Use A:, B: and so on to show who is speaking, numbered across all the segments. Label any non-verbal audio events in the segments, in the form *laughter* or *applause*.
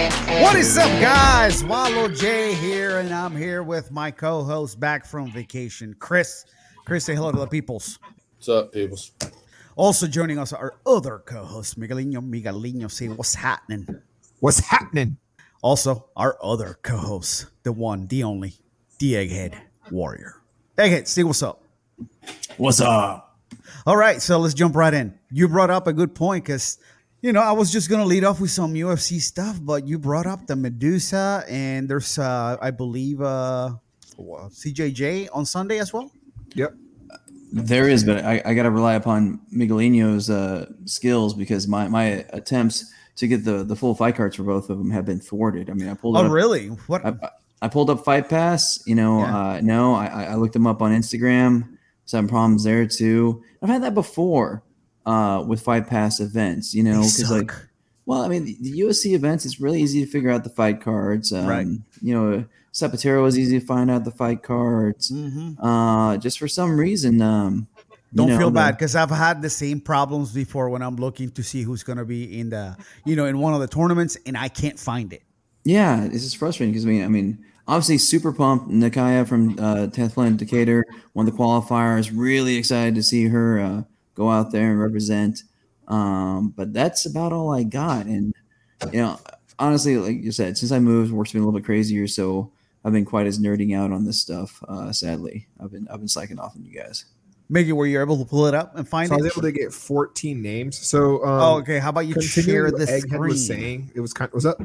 A: What's up, guys? Wallow J here, and I'm here with my co-host back from vacation, Chris. Chris, say hello to the peoples.
B: What's up, peoples?
A: Also joining us are other co-host, Miguelino. Miguelino, say what's happening.
C: What's happening?
A: Also, our other co-host, the one, the only, the Egghead Warrior. Egghead, say what's up.
D: What's up?
A: All right, so let's jump right in. You brought up a good point because, you know, I was just going to lead off with some UFC stuff, but you brought up the Medusa, and there's, uh, I believe, uh, wha- CJJ on Sunday as well.
C: Yep.
D: There is, but I, I got to rely upon Miguelino's uh, skills because my, my attempts to get the, the full fight cards for both of them have been thwarted. I mean, I pulled
A: Oh,
D: up,
A: really? What?
D: I, I pulled up Fight Pass. You know,
A: Yeah.
D: uh, no, I, I- I looked them up on Instagram. Some problems there too. I've had that before uh, with Fight Pass events. You know,
A: They
D: because like
A: suck.
D: Well, I mean, the- the USC events, it's really easy to figure out the fight cards. Um,
A: Right.
D: You know, Zapatero is easy to find out the fight cards.
A: Mhm.
D: Uh, just for some reason, um, you
A: Don't
D: know,
A: feel
D: the-
A: bad because I've had the same problems before when I'm looking to see who's going to be in the, you know, in one of the tournaments, and I can't find it.
D: Yeah, this is frustrating because I mean, I mean, obviously, super pumped. Nakaya from uh, 10th Planet Decatur won the qualifiers. Really excited to see her uh, go out there and represent. Um, but that's about all I got. And you know, honestly, like you said, since I moved, work's been a little bit crazier, so I've been quite as nerding out on this stuff. Uh, sadly, I've been I've been slacking off on you guys.
A: Mickey, were you able to pull it up and find
C: So I
A: it?
C: was able to get 14 names. So um,
A: oh, okay. How about you
C: continuing
A: share
C: what
A: the
C: Egghead was
A: screen?
C: saying it was kind. Was up?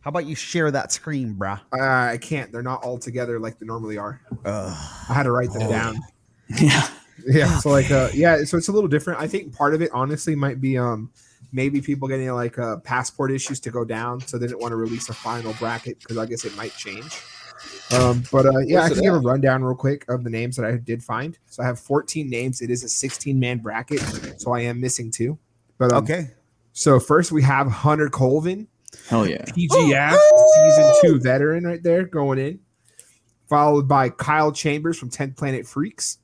A: How about you share that screen, bruh?
C: Uh, I can't. They're not all together like they normally are.
A: Ugh.
C: I had to write them down.
D: Yeah,
C: Yeah. So like, uh, yeah. So it's a little different. I think part of it, honestly, might be um maybe people getting like uh, passport issues to go down, so they didn't want to release a final bracket because I guess it might change. Um, but uh, yeah, I
B: What's
C: can
B: it
C: give a
B: at?
C: rundown real quick of the names that I did find. So I have 14 names. It is a 16 man bracket, so I am missing two. But um,
A: okay.
C: So first we have Hunter Colvin,
D: hell yeah.
C: PGF season two veteran right there going in, followed by Kyle Chambers from 10th Planet Freaks.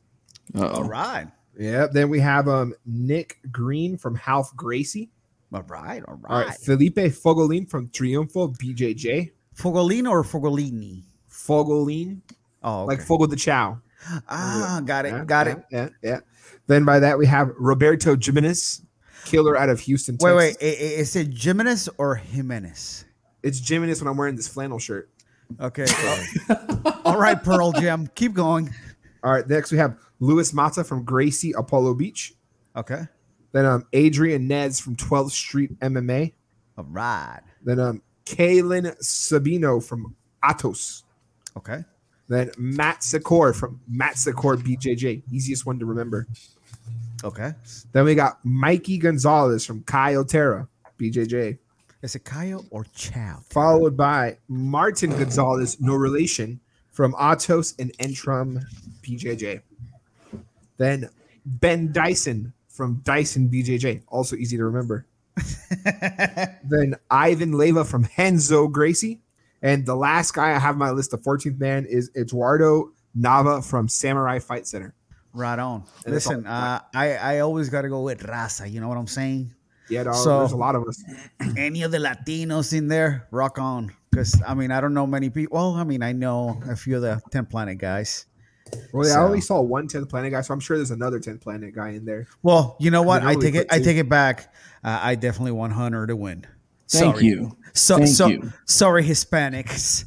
A: All
D: Uh-oh.
A: right.
C: Yeah. Then we have um Nick Green from Half Gracie.
A: All right. All
C: All right.
A: right.
C: Felipe Fogolin from Triunfo BJJ.
A: Fogolino or Fogolini?
C: Fogolin,
A: Oh, okay.
C: like Fogel the Chow.
A: ah, got it.
C: Yeah,
A: got
C: yeah,
A: it.
C: Yeah, yeah. Then by that we have Roberto Jimenez, killer out of Houston.
A: Wait, wait.
C: Texas.
A: i- i- Is it Jimenez or Jimenez?
C: It's Jimenez when I'm wearing this flannel shirt.
A: Okay. all right, Pearl Jim. Keep going.
C: All right. Next we have Luis Mata from Gracie Apollo Beach.
A: Okay.
C: Then um Adrian Nez from 12th Street MMA.
A: All right.
C: Then um Kalen Sabino from Atos.
A: Okay.
C: Then Matt Secor from Matt Secor BJJ, easiest one to remember.
A: Okay.
C: Then we got Mikey Gonzalez from Kyle Terra BJJ,
A: Is it Kyle or Chow?
C: followed by Martin Gonzalez, no relation, from Atos and Entrum BJJ. Then Ben Dyson from Dyson BJJ, also easy to remember.
A: *laughs*
C: then Ivan Leva from Henzo Gracie. And the last guy I have on my list, the 14th man, is Eduardo Nava from Samurai Fight Center.
A: right on.
C: And it's
A: Listen,
C: all-
A: uh, I I always gotta go with raza. You know what I'm saying? *clears throat*
C: Yeah, dog,
A: So-
C: there's a lot of us.
A: Any of the Latinos in there, rock on. Because I mean, I don't know many people. Well, I mean, I know a few of the Ten Planet guys.
C: Well, yeah, I
A: So-
C: only saw one 10th planet guy, so I'm sure there's another 10th planet guy in there.
A: Well, you know what?
C: mean, I
A: I
C: only
A: take it.
C: put
A: I
C: two.
A: take it back. Uh, I definitely want Hunter to win.
D: Thank
A: Sorry.
D: you.
A: So,
D: Thank
A: so
D: you.
A: sorry, Hispanics.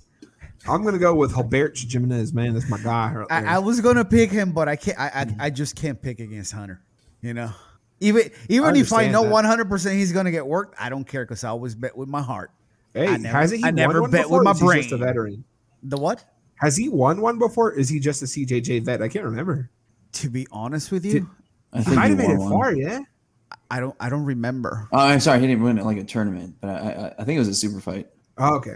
C: I'm gonna go with Hilbert Jimenez, man. That's my guy. right there.
A: I, I was gonna pick him, but I can't. I, I I just can't pick against Hunter. You know, even even if I
C: understand
A: know
C: that.
A: one hundred percent he's gonna get worked, I don't care because I always bet with my heart.
C: hey,
A: I never-
C: hasn't he
A: I
C: won
A: never
C: one
A: bet
C: before,
A: with
C: or
A: my
C: is he just a
A: brain.
C: veteran?
A: The what?
C: Has he won one before? Is he just a CJJ vet? I can't remember.
A: To be honest with you,
C: Did-
D: I
C: He might
D: you
C: have made
D: won
C: it
D: one.
C: far, yeah.
A: I don't I don't remember.
D: Oh, I'm sorry, he didn't win it like a tournament, but I, I, I think it was a super fight.
C: Oh, okay,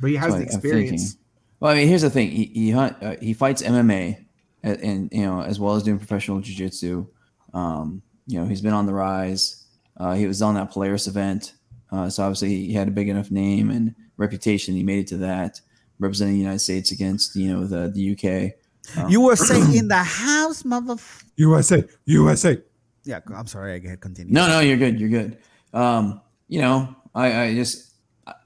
C: but he has the
D: That's what I'm thinking.
C: experience.
D: Well, I mean, here's the thing: he he, hunt, uh, he fights MMA, and, and you know, as well as doing professional jiu-jitsu. Um, you know, he's been on the rise. Uh, he was on that Polaris event, uh, so obviously he had a big enough name and reputation. He made it to that, representing the United States against you know the the UK. Um,
A: You were saying in the house, mother.
C: USA, USA.
A: Yeah, I'm sorry. I had continue.
D: No, no, you're good. You're good. Um, you know, I, I just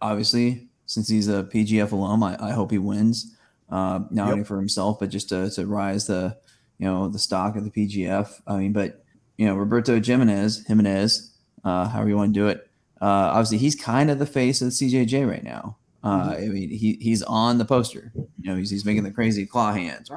D: obviously since he's a PGF alum, I, I hope he wins. Uh, not
A: Yep.
D: only for himself, but just to, to rise the you know the stock of the PGF. I mean, but you know Roberto Jimenez, Jimenez, uh, however you want to do it. Uh, obviously, he's kind of the face of the CJJ right now. Uh, I mean, he he's on the poster. You know, he's he's making the crazy claw hands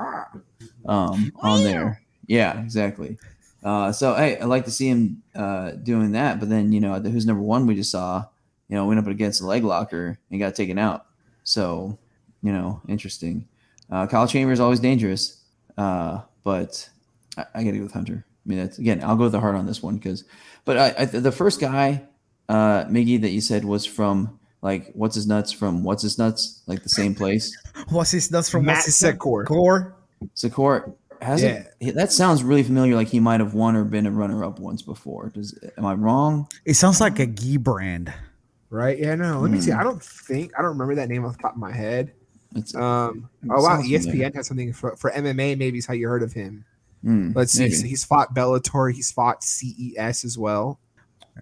D: um, on there. Yeah, exactly. Uh, so hey, I like to see him uh, doing that. But then you know, the, who's number one? We just saw, you know, went up against a leg locker and got taken out. So you know, interesting. Uh, Kyle Chambers always dangerous, uh, but I, I got to go with Hunter. I mean, that's again, I'll go with the heart on this one because, but I, I, the first guy, uh, Miggy, that you said was from like what's his nuts from what's his nuts like the same place.
A: What's his nuts from
C: Matt
A: what's his nut?
C: Secor.
A: Core?
D: Secor hasn't. he- That sounds really familiar. Like he might have won or been a runner-up once before. Does am I wrong?
A: It sounds like a ghee brand.
C: Right? Yeah, no. Let me
D: Hmm.
C: see. I don't think I don't remember that name off the top of my head.
D: It's,
C: Um, oh wow,
D: Sounds
C: ESPN
D: familiar.
C: has something for, for MMA. Maybe is how you heard of him.
D: hmm,
C: Let's see.
D: maybe.
C: So he's fought Bellator. He's fought CES as well.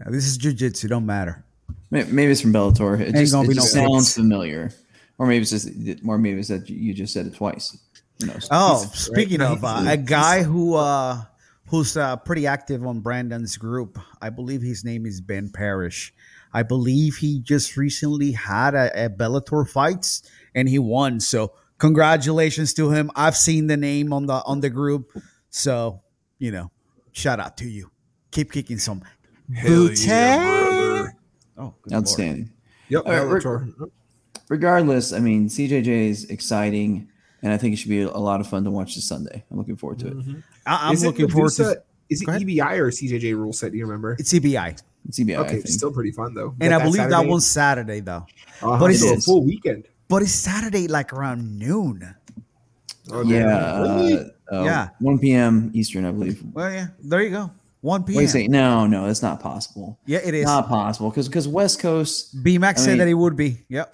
A: Uh, This is jujitsu. Don't matter.
D: May- Maybe it's from Bellator. It
A: Ain't
D: just,
A: gonna
D: it
A: be
D: just
A: no
D: sounds
A: fix.
D: familiar, or maybe it's just, or maybe it's that you just said it twice. Who knows?
A: Oh,
C: He's-
A: speaking
C: right,
A: of uh, a guy who uh, who's uh, pretty active on Brandon's group, I believe his name is Ben Parrish. I believe he just recently had a, a Bellator fights and he won. So congratulations to him. I've seen the name on the on the group. So you know, shout out to you. Keep kicking some. Booty. Oh, good lord.
D: Outstanding.
C: Yep,
D: All right, we're-
C: Bellator.
D: Regardless, I mean, CJJ is exciting, and I think it should be a lot of fun to watch this Sunday. I'm looking forward to it.
A: I, Mm-hmm. I'm
C: Is it
A: looking forward to.
C: Medusa- Is it
A: Go ahead.
C: EBI or CJJ rule set? Do you remember?
A: It's EBI,
D: It's EBI, I
C: Mm-hmm. okay,
D: think.
C: it's still pretty fun though.
A: and I believe that
C: Saturday?
A: one's Saturday though.
C: Uh,
A: but
C: but
A: it's-
C: it's
D: It
C: a
D: is.
C: full weekend.
A: But it's Saturday like around noon.
C: Oh,
D: yeah,
C: damn. Really?
D: uh, uh,
A: Yeah.
D: 1 p.m. Eastern, I believe.
A: Well, yeah, there you go. One
D: What do you
A: p.m.
D: say? No, no, that's not possible.
A: Yeah, it is.
D: Not possible because because West Coast,
A: B Max
D: I
A: said
D: mean-
A: that it would be. Yep.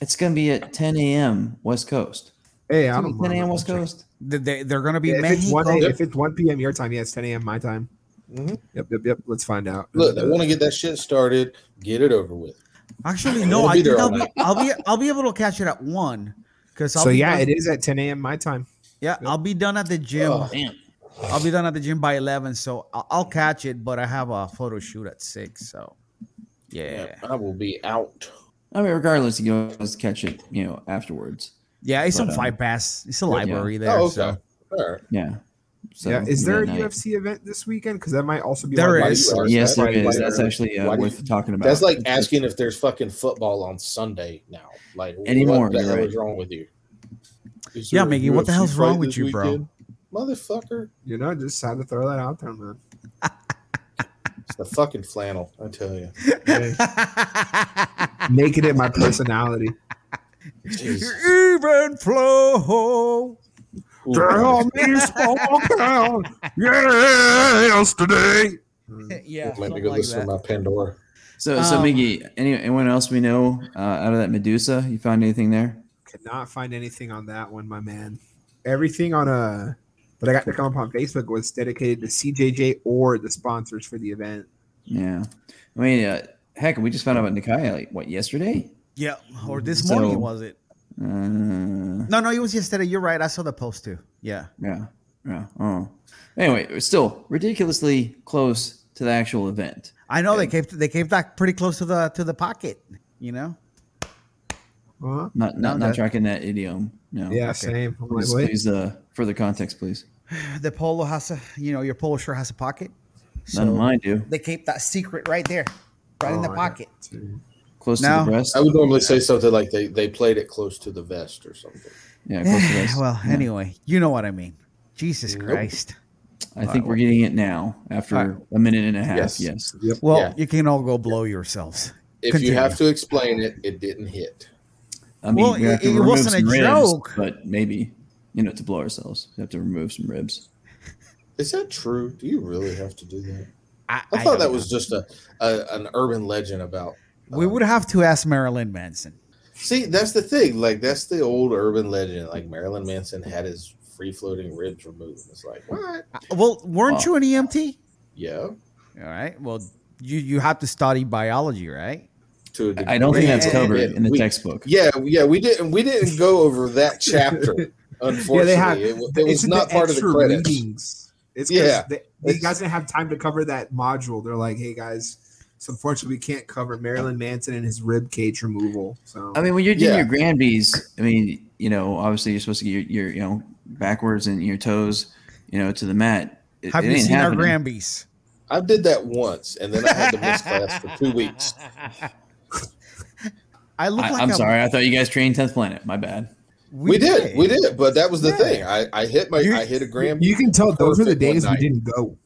D: it's gonna be at 10 a.m. West Coast.
C: Hey, I
D: It's
C: don't
D: gonna be 10 a.m.
C: mind.
D: West Coast.
A: They- They, they're going to be
C: Yeah, if, it's
A: Mexico.
C: 1, if it's 1 p.m. your time, yeah, it's 10 a.m. my time.
A: Mm-hmm.
B: Mhm.
C: Yep, yep, yep. Let's find out. uh,
B: Look, I want to get that shit started, get it over with.
A: Actually,
B: I'm
A: no,
B: gonna
A: I
B: be
A: think
B: there
A: I'll
B: all
A: be,
B: night.
A: I'll be I'll be able to catch it at one because I'll
C: so,
A: be
C: yeah,
A: done,
C: it is at 10 a.m. my time.
A: yeah I'll be done at the gym.
B: Oh,
D: Damn.
A: I'll be done at the gym by eleven, so I'll, I'll catch it. But I have a photo shoot at six, so yeah, yeah.
B: I will be out. Oh,
D: I mean, regardless, you guys catch it, you know, afterwards.
A: it's
D: But,
A: on
D: um,
A: Fight Pass. It's a
D: yeah.
A: library there.
B: oh, okay.
A: so.
B: All right.
D: Yeah. So
C: yeah, is there a
D: that night.
C: UFC event this weekend? Because that might also be
A: There
C: one of
A: is.
C: my-
D: Yes, there
B: Why do you-
D: is. That's actually uh,
B: why do you-
D: worth talking about.
B: That's like
D: It's- it's-
B: asking if there's fucking football on Sunday now. Like
D: Anymore,
B: what the
D: you're
B: hell
D: right.
B: is wrong with you? Is
A: Yeah,
B: there a
A: Miggy, what the
B: UFC
A: hell's wrong
B: fight
A: with
B: this
A: you, bro?
B: weekend? Motherfucker.
C: You know, just decided to throw that out there, man.
B: It's the fucking flannel, I tell you.
C: Yeah.
A: *laughs*
C: Making it my personality.
B: Jesus.
A: *laughs* Even flow.
B: Ooh,
C: me small
D: *laughs*
C: town. Yeah, yesterday.
A: Eh, Yeah,
B: Let me
A: something
B: go
A: like that.
B: listen to my Pandora.
D: So, so
A: Um,
D: Miggy, any, anyone else we know uh, out of that Medusa? You found anything there?
C: Could not find anything on that one, my man. Everything on uh that I got to come up on Facebook was dedicated to CJJ or the sponsors for the event.
D: Yeah. I mean, uh, heck, we just found out about Nikaya like what yesterday?
A: Yeah, or this
D: So-
A: morning was it?
D: Uh,
A: No, no, it was yesterday. You're right. I saw the post too. Yeah.
D: yeah, yeah. Oh, anyway, it was still ridiculously close to the actual event.
A: I know they came they came back pretty close to the to the pocket, you know.
C: Huh?
D: Not not,
A: No,
D: not
A: that-
D: tracking that idiom. No.
C: Yeah,
A: okay.
C: same. I'm like,
D: Please,
C: wait.
D: please, uh, further context, please.
A: The polo has a you know your polo shirt has a pocket. So
D: None of mine do.
A: they keep that secret right there, right in the
C: Oh,
A: pocket.
C: yeah.
D: Close
A: Now-
D: to the breast.
B: I would normally say something like they, they played it close to the vest or something.
D: Yeah, close
A: *laughs*
D: to the
A: *sighs*
D: breast.
A: well,
D: Yeah.
A: anyway, you know what I mean. Jesus
B: Nope.
A: Christ.
D: I think we're getting it now after
A: All right.
D: a minute and a half.
B: Yes.
D: yes.
A: Well,
B: Yeah.
A: you can all go blow yourselves.
B: If
A: Continue.
B: you have to explain it, it didn't hit.
D: I mean,
A: Well,
D: we have
A: it-
D: to
A: it
D: remove
A: wasn't a
D: some ribs,
A: joke.
D: but maybe you know to blow ourselves, we have to remove some ribs.
B: Is that true? Do you really have to do that?
A: I,
B: I,
A: I
B: thought
A: don't
B: that
A: know.
B: was just a, a an urban legend about. uh,
A: We would have to ask Marilyn Manson.
B: See, that's the thing. Like that's the old urban legend. Like Marilyn Manson had his free floating ribs removed. It's like what?
A: Well,
B: Oh.
A: weren't you an E EMT?
B: Yeah.
A: All right. Well, you you have to study biology, right?
B: to a degree.
D: I don't think that's
A: Yeah,
D: covered
B: and
D: in the
B: we-
D: textbook.
B: Yeah, yeah, we didn't we didn't go over that
C: *laughs*
B: chapter. Unfortunately,
C: have-
B: it, wa- it was
C: in
B: not
C: the
B: part of the
C: extra
B: credits.
C: readings. It's yeah,
B: Yeah.
C: they, they
B: It's-
C: guys didn't have time to cover that module. They're like, hey guys, so unfortunately we can't cover Marilyn Manson and his rib cage removal. So
D: I mean, when you're doing
B: Yeah.
D: your Granby's, I mean, you know, obviously you're supposed to get your, your you know, backwards and your toes, you know, to the mat. It-
A: Have
D: it
A: you
D: ain't
A: seen
D: happening.
A: our Grambies?
B: I did that once, and then I had to miss class for two weeks.
A: I look
D: I,
A: like
D: I'm
A: a-
D: sorry. I thought you guys trained 10th Planet. My bad.
B: We, did, we did, but that was the
A: Yeah.
B: thing. I, I hit my
A: You-
B: I hit a Gramby.
C: you can tell those were the
B: Perfect one
C: days we
B: night.
C: didn't go.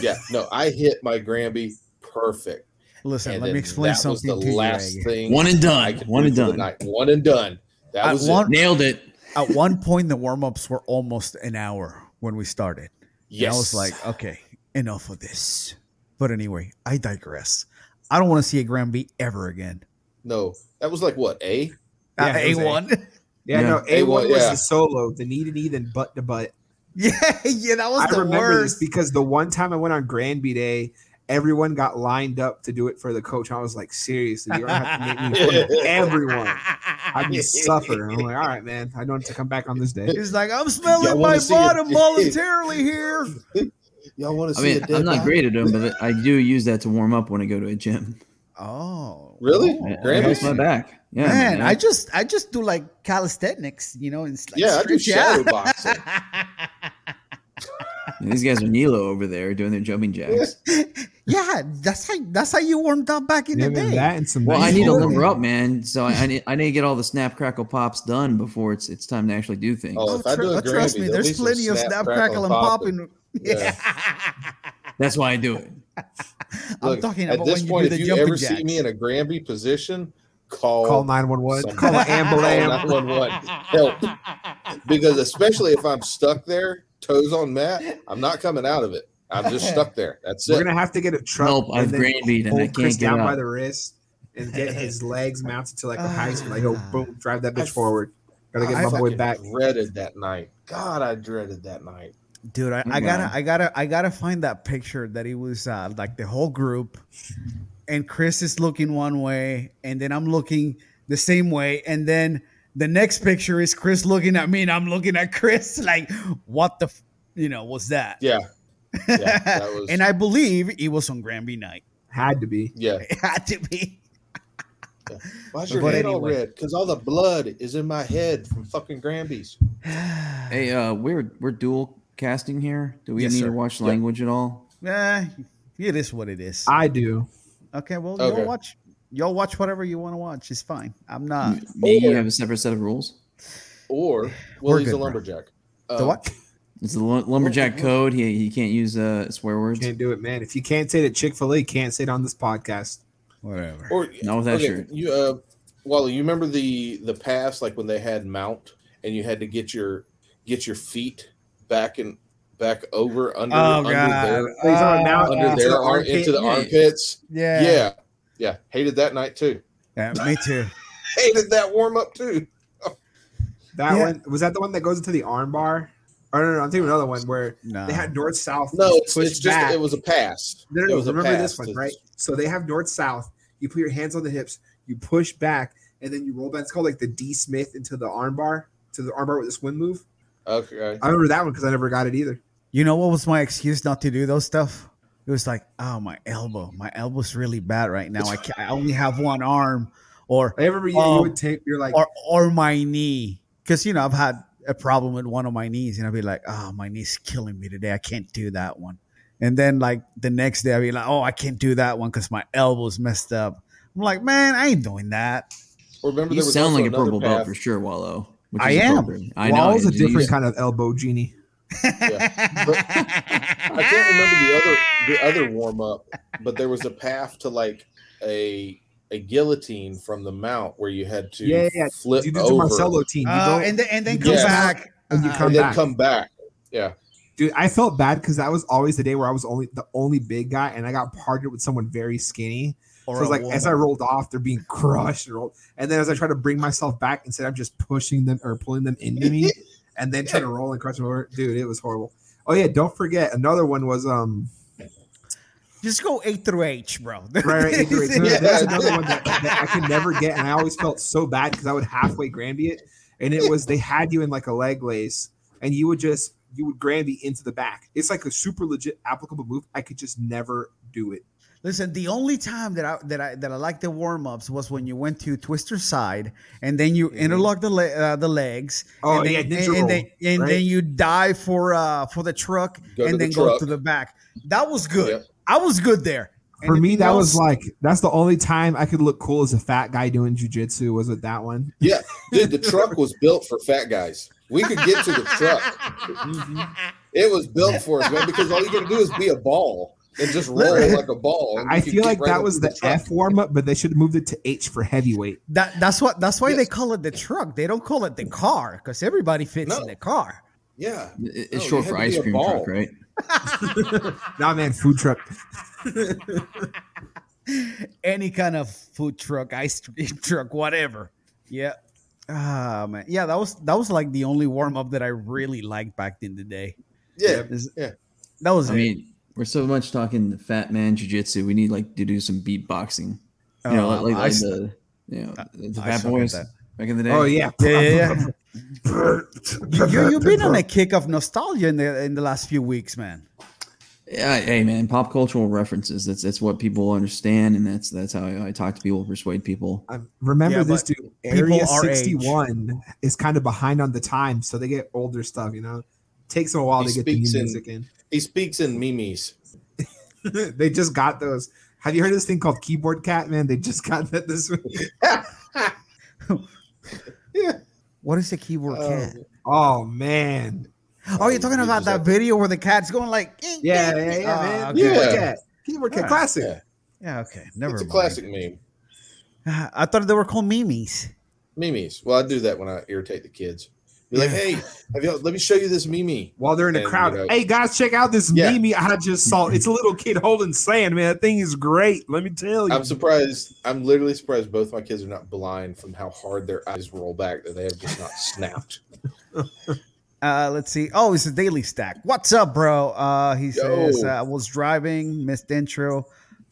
B: yeah, no, I hit my Gramby perfect.
A: Listen,
B: and
A: let
B: then
A: me explain
B: that was
A: something
B: the
A: to you.
B: last
A: Reggie.
B: thing
D: One and
B: I
D: done.
B: could
D: One
B: do
D: and
B: for the
D: done.
B: night. One and done. That
A: At
B: was it.
A: one-
D: Nailed it.
A: At one point, the warm ups were almost an hour when we started. And
B: Yes,
A: I was like, okay, enough of this. But anyway, I digress. I don't want to see a Granby ever again.
B: no, that was like what a
C: Yeah, it was
A: a one. *laughs*
C: Yeah,
D: Yeah.
C: no, A1 was
B: A1, yeah.
C: the solo, the knee to knee, then butt to butt.
A: Yeah, yeah, that was
C: I
A: the
C: remember
A: worst.
C: this because the one time I went on Granby Day, everyone got lined up to do it for the coach. I was like, seriously, you're gonna have to make me in front of everyone. I can suffer. And I'm like, all right, man, I don't have to come back on this day.
A: He's like, I'm
B: Y'all
A: smelling
B: wanna
A: my
B: see it?
A: bottom voluntarily here.
B: y'all want to
D: I
B: see
D: mean,
B: a dead
D: I'm not
B: body?
D: great at them, but I do use that to warm up when I go to a gym.
A: Oh,
B: Really?
A: oh.
D: It
B: Granby?
D: helps my back. Yeah,
A: Man,
D: man.
A: I just I just do like calisthenics, you know, and it's like
B: Yeah, I do
A: stretch out. *laughs*
B: shadow boxing.
D: these guys are Nilo over there doing their jumping jacks.
A: yeah, that's how that's how you warmed up back in
C: Yeah,
A: the
C: man,
A: day.
C: that and some
D: Well, I
C: nice
D: need to
C: food.
D: lumber up, man. So I, I need I need to get all the snap crackle pops done before it's it's time to actually do things.
B: Oh, if I do a
A: tr- trust
B: Grammy,
A: me,
B: there'll be
A: there's
B: some
A: plenty of
B: snap,
A: snap,
B: crackle,
A: crackle, and
B: and popping.
A: popping. *laughs* Yeah.
D: That's why I do it.
A: I'm
B: Look,
A: talking
B: at
A: about
B: this
A: when
B: point,
A: you do
B: if
A: the
B: you
A: jumping
B: ever
A: jacks.
B: see me in a Gramby position, call
C: Call 911.
B: Some-
C: Call an ambulance.
B: Call 911. Help. Because especially if I'm stuck there, toes on mat, I'm not coming out of it. I'm
A: *laughs*
B: just stuck there. That's
C: We're
B: it.
C: going to have to get a truck.
D: Nope,
C: and
D: I've
C: then
D: Granby'd and I
C: hold Chris
D: can't get
C: down by
D: up.
C: the wrist and get
D: *laughs*
C: his legs mounted to like a high school. Like, oh,
D: Ah.
C: boom, drive that bitch
B: I-
C: forward. Got to get
A: I
C: my boy
B: fucking
C: back.
B: dreaded that night. God, I dreaded that night.
A: Dude,
B: Oh,
A: I, I
D: Mm,
A: gotta,
D: man.
A: I gotta, I gotta find that picture that it was uh, like the whole group, and Chris is looking one way, and then I'm looking the same way, and then the next picture is Chris looking at me, and I'm looking at Chris *laughs* like, what the, f- you know, was that?
B: Yeah. Yeah,
A: *laughs*
B: that was,
A: and I believe it was on Granby night. *laughs*
C: Had to be.
B: yeah.
A: It had to be.
B: Why's your
A: But
B: head all
A: anyway.
B: red? Because all the blood is in my head from fucking Grambies.
A: *sighs*
D: Hey, uh, we're we're dual casting here. Do we
A: Yes,
D: need
A: sir.
D: to watch
B: Yeah.
D: language at all?
A: Eh, it is what it is.
C: I do.
A: Okay, well,
B: Ah. Okay.
A: y'all watch, y'all watch whatever you want to watch. It's fine. I'm not.
B: Mm.
D: M- Me and you
B: Or-
D: have a separate set of rules.
B: Or well,
A: We're
B: he's
A: good,
B: a
A: bro.
B: lumberjack.
A: the
B: Um,
A: what?
D: It's the lu- lumberjack code. He he can't use uh, swear words.
C: Can't do it, man. If you can't say that Chick fil A, can't say it on this podcast.
A: Whatever.
B: Or
D: Not with that shirt.
B: You, uh, Wally, you remember the the past, like when they had mount, and you had to get your get your feet back and back over under
A: oh
B: under
A: god.
B: their
C: He's on
A: Oh,
C: now-
B: under
C: Yeah.
B: their
C: Into the
B: arm
C: armpit.
B: into the
D: Yeah.
B: armpits. Yeah.
A: Yeah.
B: yeah, hated that night too. *laughs*
A: Yeah, me too.
B: Hated that warm up too.
C: That
A: Yeah.
C: one was that the one that goes into the arm bar? Or no, no, I'm thinking of another one where
A: No.
C: they had north south.
B: Uh, No, it's,
C: push
B: it's just
C: back.
B: it was a pass.
C: no, no,
B: it
C: no,
B: was a
C: remember this
B: pass.
C: one,
B: It's-
C: right? So they have north south. You put your hands on the hips, you push back, and then you roll back. It's called like the D Smith into the arm bar to the arm bar with the swim move.
B: Okay,
C: I remember that one because I never got it either.
A: you know what was my excuse not to do those stuff? It was like, oh my elbow, my elbow's really bad right now. I can I only have one arm, or
C: I remember you, you
B: Um,
A: Oh.
C: would take you're like
A: or or my knee, because you know I've had a problem with one of my knees, and I'd be like, oh my knee's killing me today. I can't do that one. And then like the next day, I'd be like, oh I can't do that one because my elbow's messed up. I'm like, man, I ain't doing that.
B: remember
D: You
B: there was
D: sound
B: also
D: like a
B: another
D: purple belt
B: path.
D: for sure, Wallow. which
A: I
D: is
A: am.
D: appropriate. I know.
C: Wall's a
D: you- you-
C: different kind of elbow genie.
B: I
A: *laughs*
B: can't remember the other the other warm up, but there was a path to like a a guillotine from the mount where you had to
C: Yeah, yeah, yeah.
B: flip
C: You do
B: over
C: the Marcelo team. You
A: Oh,
C: go-
A: and then and then
C: you
A: come
B: just-
A: back.
C: and you
A: Uh-uh.
C: come
B: and then
C: back.
B: come back.
C: Dude, I felt bad because that was always the day where I was only the only big guy, and I got partnered with someone very skinny.
A: Or
C: So I was
A: a
C: like, as I
A: woman.
C: rolled off, they're being crushed and rolled. And then as I try to bring myself back, instead I'm just pushing them or pulling them
A: *laughs*
C: into me, and then trying to roll and crush them over. Dude, it was horrible. Oh yeah, don't forget another one was um,
A: Just go A through H, bro. *laughs*
C: Right, right. Andrew Riggs. No,
B: Yeah.
C: There's another one that, that I could never get, and I always felt so bad because I would halfway Granby it, and it was they had you in like a leg lace, and you would just you would Granby into the back. It's like a super legit applicable move. I could just never do it.
A: Listen, the only time that I that I that I liked the warm ups was when you went to twister side and then you interlock the le- uh, the legs.
C: Mm-hmm. Oh,
A: and then,
C: yeah, ninja
A: and, and
C: roll,
A: then, and
C: right?
A: then you dive for uh for the truck
B: Go to
A: and
B: the
A: then go
B: truck.
A: to the back. That was good.
B: Yep.
A: I was good there.
C: For me,
A: Anything
C: that was
A: else?
C: like that's the only time I could look cool as a fat guy doing jujitsu was with that one.
B: Yeah, dude, the
C: *laughs*
B: truck was built for fat guys. We could get to the truck.
C: Mm-hmm.
B: It was built for us, man, because all you can do is be a ball and just roll
A: Literally.
B: like a ball. and
C: I
B: you can
C: feel
B: get
C: like
B: right
C: that
B: up
C: was
B: to
C: the,
B: truck.
C: F warm up, but they should have moved it to H for heavyweight.
A: that. That's what. That's why they
B: Yes.
A: call it the truck. They don't call it the car because everybody fits
B: No.
A: in the car.
B: Yeah,
D: It-
B: No,
D: It's
B: you
D: short
B: had
D: for
B: to be
D: ice
B: a
D: cream
B: ball.
D: truck, right?
C: Nah, man, food truck.
A: Any kind of food truck, ice *laughs* cream truck, whatever. Yeah. Ah man, yeah, that was that was like the only warm up that I really liked back in the day.
B: yeah.
A: That was
D: I
A: it.
D: mean, we're so much talking fat man jujitsu. We need like to do some beatboxing. You know,
A: Uh,
D: like, like,
A: I
D: like
A: s-
D: the you know the
A: I
D: fat
A: suck at
D: boys
A: that.
D: back in the day.
C: Oh yeah,
A: yeah,
C: *laughs*
A: yeah, yeah. You, you've been on a kick of nostalgia in the in the last few weeks, man.
D: Yeah, hey man, pop cultural references. That's that's what people understand, and that's that's how I, I talk to people,
A: *laughs*
D: persuade people.
C: I remember
A: Yeah,
C: this
A: but
C: dude. Area
A: our age-
C: sixty one is kind of behind on the time, so they get older stuff. You know, takes them a while
B: He
C: to get the new
B: speaks in-
C: music in.
B: He speaks in memes.
C: *laughs* they just got those. Have you heard of this thing called Keyboard Cat? Man, they just *laughs* got that this week.
A: What is the keyboard
B: Oh,
A: cat?
C: Oh man,
A: Oh, you're talking
B: it
A: about
B: was
A: that
B: a-
A: video where the cat's going like,
C: yeah, yeah, yeah, man.
A: Ah,
B: okay.
C: Keyboard
B: Yeah.
C: Cat, Keyboard Cat,
A: Ah,
C: classic.
B: yeah.
A: yeah, okay, never
B: it's a
A: mind.
B: classic meme.
A: *sighs* I thought they were called memes.
B: Memes. Well, I do that when I irritate the kids. Be like,
A: Yeah.
B: hey, have you, let me show you this meme.
C: While they're in a
B: And,
C: crowd,
B: you know-
C: hey guys, check out this
B: Yeah.
C: meme I just saw. It's a little kid holding sand, man. That thing is great. Let me tell you.
B: I'm surprised. I'm literally surprised both my kids are not blind from how hard their eyes roll back that they have just
A: *laughs*
B: not snapped.
A: Uh, let's see. Oh, it's a daily stack. What's up, bro? Uh, he says uh, I was driving, missed intro.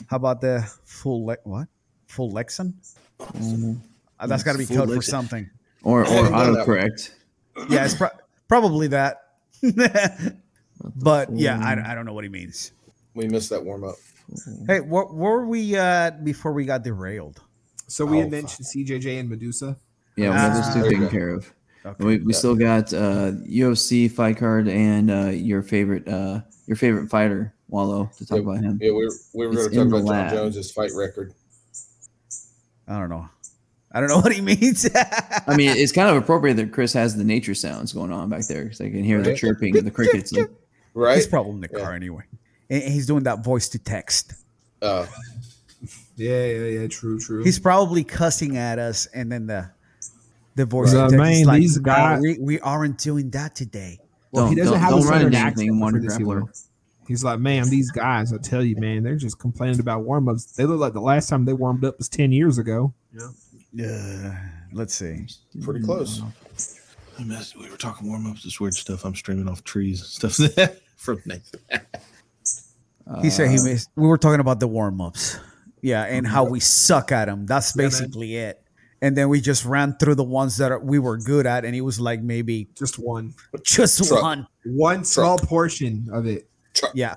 A: How about the full le- what? Full Lexan?
D: Mhm.
A: Uh, that's got to be
D: Full
A: code for
D: Lexan.
A: something.
D: Or or
B: I didn't know that one.
D: autocorrect.
A: Yeah, it's pro- probably that. *laughs* but yeah,
D: full-
A: I, I don't know what he means.
B: We missed that warm up.
A: Hey, what were we at before we got derailed?
C: so we
B: Oh,
C: had mentioned CJJ and Medusa.
D: Yeah, we have those
A: Ah.
D: two taken care of.
A: Okay.
D: And we we still got uh, UFC fight card and uh, your favorite uh, your favorite fighter Wallow to talk
B: Yeah.
D: about him.
B: Yeah, we were, we were
D: It's
B: going to talk
D: in the
B: about John
D: lab.
B: Jones's fight record.
A: I don't know. I don't know *laughs* what he means.
D: I mean, it's kind of appropriate that Chris has the nature sounds going on back there because I can hear the
B: Right.
D: chirping of the crickets. Like,
B: Right?
A: he's probably in the
B: Yeah.
A: car anyway, and and he's doing that voice to text.
B: Uh,
C: Yeah, yeah, yeah. True, true.
A: He's probably cussing at us, and then the the voice to
C: Right.
A: text
C: Man,
A: is like,
C: these
A: "No,
C: guys-
A: we, we aren't doing that today.
C: Well, he
D: Don't-
C: doesn't
D: don't-
C: have
D: don't
C: a
D: run
C: southern
D: into
C: accent
D: anything, one
C: for this, he
D: grappler.
C: will. He's like, man, these guys, I tell you, man, they're just complaining about warm ups. They look like the last time they warmed up was ten years ago.
A: Uh, let's see.
B: pretty close.
E: I missed, we were talking warm ups, this weird stuff. I'm streaming off trees and stuff *laughs* from Nathan.
A: He said he
D: Uh,
A: missed. We were talking about the warm ups, yeah, and how we suck at them. That's
C: man.
A: basically it. And then we just ran through the ones that are, we were good at, and it was like maybe
C: Just one,
A: just
B: Truck.
A: one.
C: one small portion of it.
A: Yeah,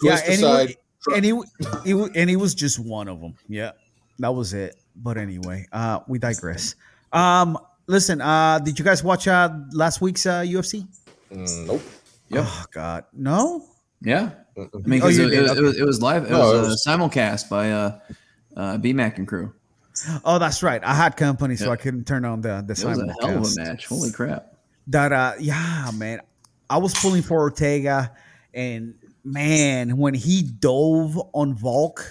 B: twist
A: yeah, and he, wa-
B: aside. truck.
A: and he, wa- he wa- and he was just one of them. Yeah, that was it. But anyway, uh, we digress. Um, listen, uh, did you guys watch uh, last week's uh, UFC?
B: Mm, nope.
D: Yep.
A: Oh God, no.
D: Yeah.
B: Mm-mm.
D: I mean,
A: Oh,
D: 'cause
A: you
D: it,
A: did,
D: it was-
A: okay.
D: it was, it was live. It
B: No,
D: was,
B: it
D: uh,
B: was-
D: simulcast by uh, uh, BMAC and crew.
A: Oh, that's right. I had company, so
D: Yeah.
A: I couldn't turn on the the
D: It was a hell of
A: simulcast.
D: a match. Holy crap!
A: That uh, yeah, man. I was pulling for Ortega, and man, when he dove on Volk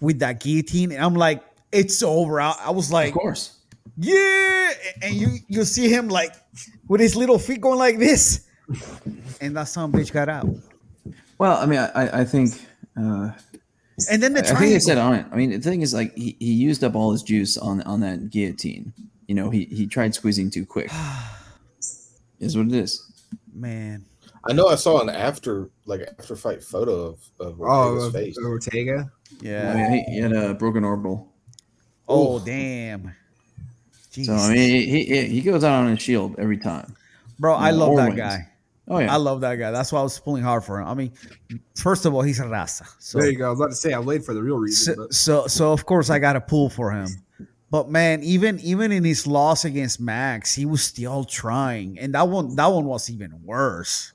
A: with that guillotine, and I'm like, it's over. I, I was
D: Of
A: like,
D: course.
A: yeah and you you see him like with his little feet going like this and that son of a bitch got out
D: Well, I mean, I- I, I think uh,
A: and then the
D: I think they
A: triangle
D: said on it. I mean, the thing is, like, he, he used up all his juice on on that guillotine. You know, he he tried squeezing too quick. is what it is.
A: man
B: I know I saw an after like after fight photo of, of
C: Oh,
B: Ortega's face.
C: Ortega.
D: Yeah,
A: Yeah.
D: I mean, he, he had a broken orbital.
A: Oh
B: Oof.
A: damn. Jeez.
D: So I mean, he, he he goes out on his shield every time.
A: Bro, I love
D: Or
A: that
D: wins.
A: guy.
D: Oh yeah,
A: I love that guy. That's why I was pulling hard for him. I mean, first of all, he's a raza. So
C: there you go. I was about to say I waited for the real reason.
A: so,
C: but
A: so so of course I got a pull for him. But man, even even in his loss against Max, he was still trying. And that one that one was even worse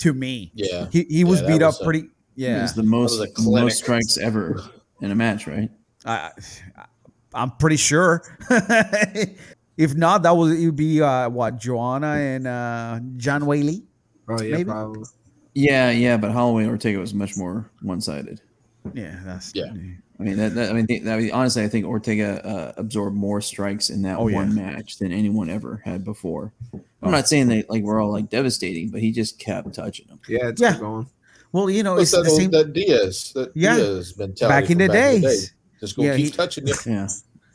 A: to me.
B: Yeah,
A: He he was
B: that
A: beat
B: was
A: up
B: a-
A: pretty yeah.
D: It's the most
B: That was a clinic.
D: most strikes ever in a match, right?
A: I, I- I'm pretty sure. *laughs* if not, that would it would be uh, what Joanna and uh, John Whaley.
C: oh yeah,
A: maybe?
C: probably.
D: Yeah, yeah, but Holloway Ortega was much more one sided.
A: Yeah, that's
B: Yeah.
D: I mean, that, that I mean, th- that, I mean, honestly, I think Ortega uh, absorbed more strikes in that
A: Oh,
D: one
A: yeah.
D: match than anyone ever had before. I'm not saying that like we're all like devastating, but he just kept touching them.
C: Yeah, it's
A: Yeah.
C: keep going.
A: Well, you know,
B: What's
A: Oh, it's the
B: that, old,
A: same
B: that Diaz? That
A: Yeah.
B: Diaz mentality
A: back in
B: from
A: the
B: day.
A: days.
B: Just gonna
A: Yeah,
B: keep
A: he-
B: touching you. *laughs*
D: Yeah,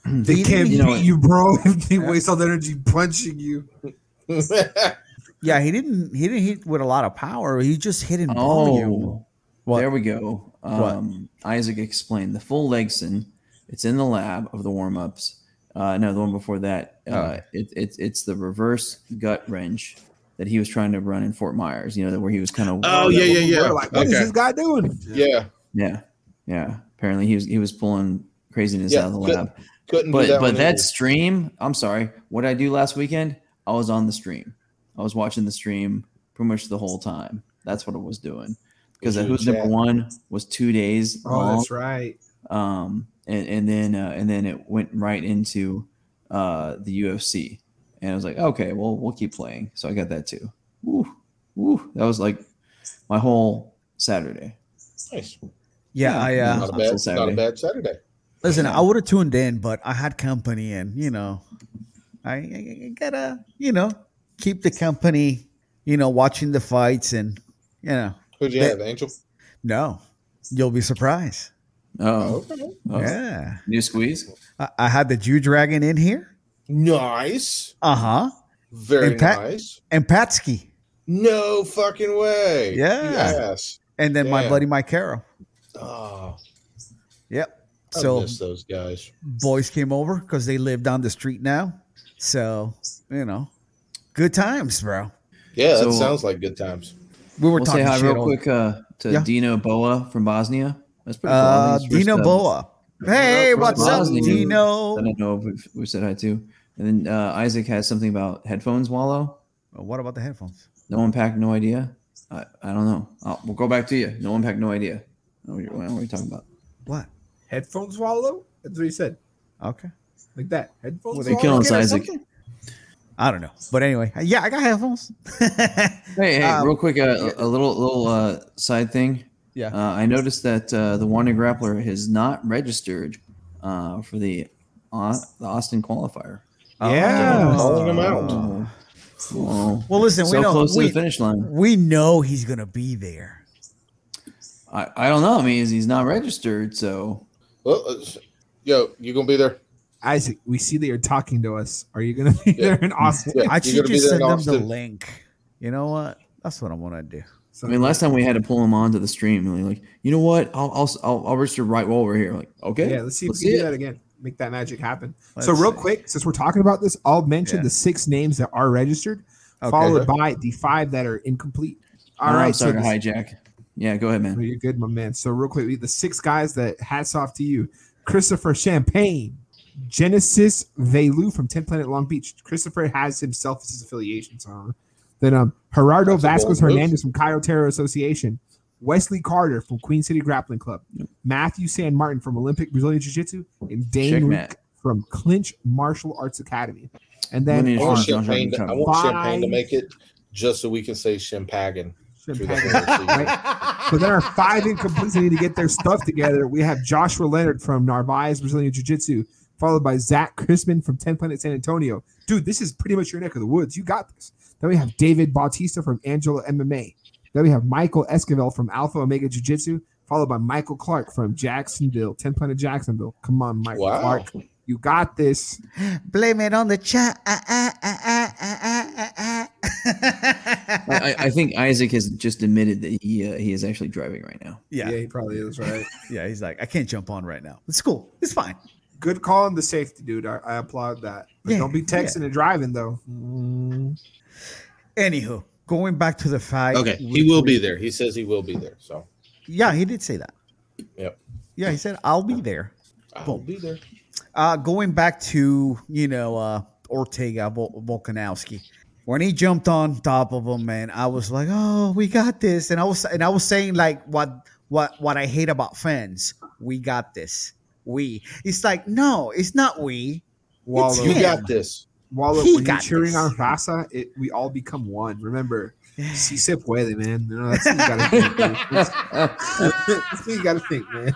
C: They
A: You-
C: can't
D: you
C: beat
D: know-
C: you, bro. *laughs* If they waste all the energy punching you.
A: Yeah, he didn't he didn't hit with a lot of power. He just hit in volume.
D: Oh, there we go. Um, Isaac explained the full Legson. It's in the lab of the warm ups. Uh, no, the one before that. Uh, it, it, it's the reverse gut wrench that he was trying to run in Fort Myers. You know, where he was kind of.
E: Oh, yeah, yeah, yeah.
C: We're like, what is
E: Okay.
C: this guy doing?
B: yeah,
D: yeah, yeah. Apparently, he was he was pulling craziness
B: Yeah,
D: out of the
B: but-
D: lab.
B: couldn't.
D: But
B: do that
D: but
B: one
D: that
B: either.
D: stream, I'm sorry. What I do last weekend, I was on the stream. I was watching the stream pretty much the whole time. That's what I was doing. Because
B: Was you
D: who's
B: in
D: number
B: chat?
D: one was two days
C: Oh,
D: long.
C: that's right.
D: Um and, and then uh, and then it went right into uh the UFC. And I was like, okay, well we'll keep playing. So I got that too. Woo, woo. That was like my whole Saturday.
B: Nice.
A: Oh, Yeah, I
D: Yeah.
A: uh,
B: Not a bad.
D: Until
B: Not a
D: Saturday.
B: bad Saturday.
A: listen. I would have tuned in, but I had company, and you know, I, I I gotta you know keep the company. You know, watching the fights, and you know,
B: Who'd you
A: That-
B: have, Angel?
A: no, you'll be surprised.
D: Oh, oh.
A: Yeah,
D: new squeeze.
A: I, I had the Jew Dragon in here.
B: Nice.
A: Uh huh.
D: Uh-huh.
B: Very
A: And Pat-
B: nice.
A: And Patsky.
B: No fucking way.
A: Yeah.
B: Yes.
A: and then my
B: Damn.
A: buddy Mike Caro.
B: Oh,
A: Yep.
B: I
D: Oh,
A: So
B: miss those guys.
A: boys came over because they live down the street now. So you know, good times, bro.
B: Yeah, that
D: So-
B: sounds like good times.
A: We were
D: we'll say
A: talking
D: hi
A: shit
D: real
A: all-
D: quick uh, to
A: Yeah.
D: Dino Boa from Bosnia. That's pretty cool. I
A: Uh,
D: think it's the
A: Dino
D: first, uh,
A: Boa. Hey,
C: Shout out
A: what's
C: to
A: up,
D: Bosnia.
A: Dino? Oh,
D: I don't know if we've, we said hi to. And then uh, Isaac has something about headphones wallow.
A: Oh, What about the headphones?
D: No impact, no idea. I, I don't know. I'll, we'll go back to you. No impact, no idea. What are you- what are we talking about?
A: What?
C: Headphones swallow? That's what he said.
A: Okay.
C: Like that. Headphones
D: Well, they kill us,
C: Get it,
D: Isaac.
C: something.
A: I don't know, but anyway, yeah, I got headphones. *laughs*
D: Hey, hey,
A: Um,
D: real quick, uh, a a little little uh, side thing.
A: Yeah.
D: uh, I noticed that uh, the Wanda Grappler has not registered uh, for the uh, the Austin qualifier.
C: Yeah.
B: Calling them out.
D: Oh, oh.
A: Uh, Well, listen, we
D: so
A: know
D: close to the
A: we,
D: finish line.
A: we know he's gonna be there.
D: I, I don't know. I mean, he's, he's not registered, so
B: Well, uh, yo, you gonna be there?
C: Isaac, we see that you're talking to us. Are you gonna *laughs* be
B: Yeah.
C: there in Austin?
B: Yeah,
A: I
B: you're
A: should
B: gonna be
A: just
B: there in
A: send them the
B: Austin.
A: link. You know what? That's what I'm gonna do.
D: I mean, last time we had to pull him onto the stream, and like, you know what? I'll I'll I'll, I'll register right while we're here. Like, okay,
C: Yeah, let's see if
D: Let's
C: we can
D: see
C: do
D: it.
C: that again. Make that magic happen.
A: Let's
C: so, real
A: see.
C: quick, since we're talking about this, I'll mention
A: Yeah.
C: the six names that are registered,
A: Okay.
C: followed by the five that are incomplete. All
D: No,
C: right,
D: I'm
C: so
D: sorry
C: this-
D: to hijack. Yeah, go ahead,
A: *laughs*
C: Oh,
D: man.
C: you're good, my man. So, real quick, the six guys that hats off to you Christopher Champagne, Genesis Velu from 10th Planet Long Beach. Christopher has himself as his affiliation. So, then um, Gerardo
B: That's a bold
C: Vasquez
B: move.
C: Hernandez from Cairo Terror Association, Wesley Carter from Queen City Grappling Club, Matthew San Martin from Olympic Brazilian Jiu Jitsu, and Dane
D: Checkmate.
C: Luke from Clinch Martial Arts Academy. And
D: Money
C: then um,
D: is
B: I
D: Sean,
B: want
D: Sean, Sean,
B: champagne. To,
D: Sean.
B: I want
C: Bye.
B: champagne to make it just so we can say champagne. through the
C: Champagne.
B: whole season.
C: Right. So there are five incompletes that need to get their stuff together. We have Joshua Leonard from Narvaez Brazilian Jiu Jitsu, followed by Zach Chrisman from 10 Planet San Antonio. Dude, this is pretty much your neck of the woods. You got this. Then we have David Bautista from Angela MMA. Then we have Michael Esquivel from Alpha Omega Jiu Jitsu, followed by Michael Clark from Jacksonville, 10 Planet Jacksonville. Come on, Michael
B: Wow.
C: Clark. You got this.
A: Blame it on the chat. Ah, ah, ah, ah, ah, ah, ah, ah. *laughs*
D: I, I- I think Isaac has just admitted that he uh, he is actually driving right now.
C: Yeah,
A: yeah,
C: he probably is right.
A: yeah. He's like, I can't jump on right now. It's cool. It's fine.
C: Good call on the safety, dude. I, I applaud that. But
A: Yeah,
C: don't be texting and driving though. Mm.
A: Anywho, going back to the fight.
E: Okay,
B: He will be there. He says he will be there. So
A: Yeah, he did say that.
B: Yep.
A: Yeah, he said, I'll be there.
B: I'll be there.
A: Uh, going back to, you know, uh, Ortega Vol- Volkanowski. When he jumped on top of him, man, I was like, "Oh, we got this," and I was and I was saying like, "What, what, what I hate about fans? We got this. We." It's like, no, it's not we. *gasps*
C: Wallow,
B: You
A: him.
B: got this.
C: Wallow.
A: He
C: When you're
A: got
C: cheering
A: this.
C: on Raza, it, we all become one.
A: *sighs*
C: Remember, si se puede, man. You know, that's what you gotta think. dude. That's, that's what you gotta think, man.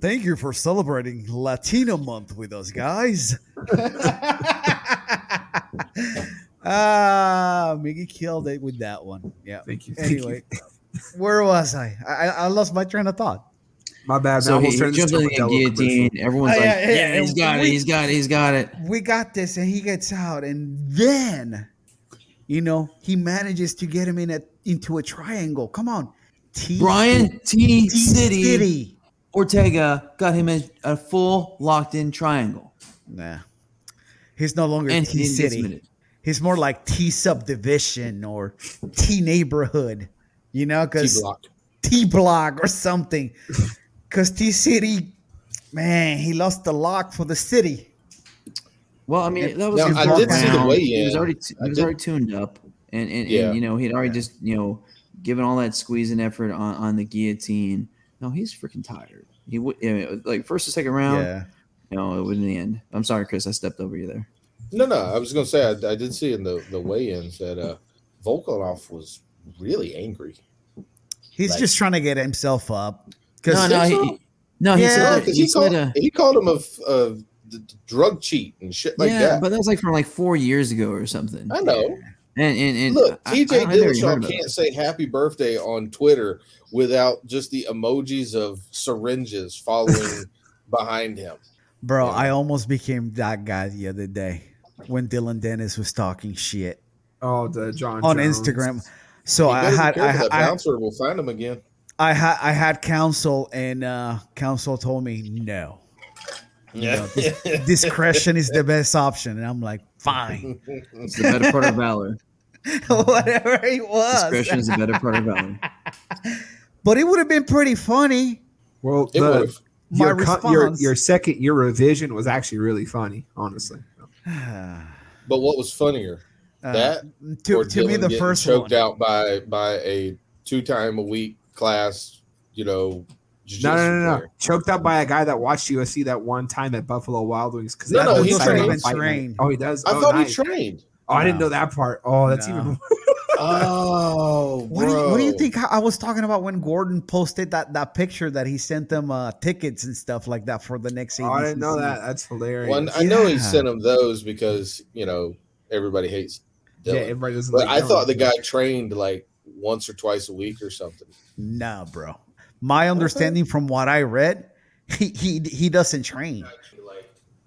A: Thank you for celebrating Latino Month with us, guys. *laughs* Ah, Miggy killed it with that one. Yeah.
C: Thank you. Thank you.
D: *laughs*
A: Anyway, where was I? I, I lost my train of thought.
C: my bad. Man. I
D: So he,
C: almost
D: he
C: turned this
D: jumps
C: into
D: on
C: a
D: the
C: Modelo commercial.
D: guillotine. Everyone's
A: Oh,
D: like,
A: yeah,
D: yeah,
A: yeah, yeah,
D: he's got
A: we-
D: it. He's got it. He's got it.
A: We got this, and he gets out, and then, you know, he manages to get him in a into a triangle. Come on, T
D: Brian T. City,
A: City.
D: Ortega got him in a full locked in triangle.
A: Nah, he's no longer
D: And
A: T
D: he didn't get
A: City.
D: submitted.
A: He's more like T subdivision or T neighborhood, you know, because
B: T-block.
A: T block or something. Because T City, man, he lost the lock for the city.
D: Well, I mean, that was
A: Now,
D: his
A: I did
D: fourth
A: see the
D: round.
B: weigh-in.
D: He was already t-
B: I
D: he was
B: did-
D: already tuned up, and and,
B: Yeah.
D: and you know he would already just you know given all that squeeze and effort on, on the guillotine. No, he's freaking tired. He would I mean, like first or second round. No, it wouldn't end. I'm sorry, Chris. I stepped over you there.
B: No, no. I was gonna say I, I did see in the the weigh-ins that uh, Volkanov was really angry.
A: He's
B: Like-
A: just trying to get himself up.
D: No,
A: Because
D: no, he, he- no. He
A: Yeah,
B: Yeah,
D: said
B: because
D: he
B: he, called
D: said uh,
B: he called him a, f- a d- d- drug cheat and shit like
D: yeah,
B: that.
D: but that was like from like four years ago or something.
B: I know.
D: And and, and
B: Look,
D: I- I
B: TJ
D: don't know if you heard
B: Dillashaw
D: about
B: can't
D: this.
B: say happy birthday on Twitter without just the emojis of syringes
D: *laughs*
B: following behind him.
A: bro,
B: Yeah.
A: I almost became that guy the other day when Dylan Dennis was talking shit
C: Oh, the John
A: on
C: Jones.
A: Instagram. So
B: You
A: I
B: gotta be
A: had I,
B: careful, that
A: I,
B: bouncer will find him again.
A: I had I had counsel and uh counsel told me no.
B: Yeah. *laughs*
A: Discretion is the best option. And I'm like,
B: *laughs*
A: fine. *laughs*
D: It's the better part of valor.
A: Whatever it
D: Discretion
A: was.
D: is the better part of valor.
B: *laughs*
A: But it would have been pretty funny.
C: Well,
B: It
C: the-
B: would've.
A: My
C: your, co- your
A: response- *sighs*
C: your second your revision was actually really funny, honestly.
B: but what was funnier?
A: Uh,
B: That
A: to,
B: or
A: to me
B: Dylan
A: the
B: getting
A: first
B: choked
A: one.
B: out by by a two time a week class, you know. jiu-jitsu
C: No, no, no, no.
B: player.
C: Choked out by a guy that watched USC that one time at Buffalo Wild Wings because
B: No, no, he's trained.
A: trained.
C: Oh, he does.
B: I
C: oh,
B: thought
C: nice.
B: he trained.
C: oh, I didn't know that part. Oh, that's
A: No.
C: even. Worse.
B: Oh,
A: *laughs* What do, you, what do you
B: bro.
A: think I I was talking about when Gordon posted that, that picture that he sent them uh, tickets and stuff like that for the next
C: Oh, I didn't
A: ABCC?
C: know that. That's hilarious.
B: Well, I know he
A: Yeah.
B: sent him those because you know everybody hates
C: yeah,
B: Dylan.
C: everybody doesn't.
B: but
C: like
B: I
C: Dylan.
B: thought the guy trained like once or twice a week or something.
A: Nah, bro. My understanding from what I read, he he, he doesn't train.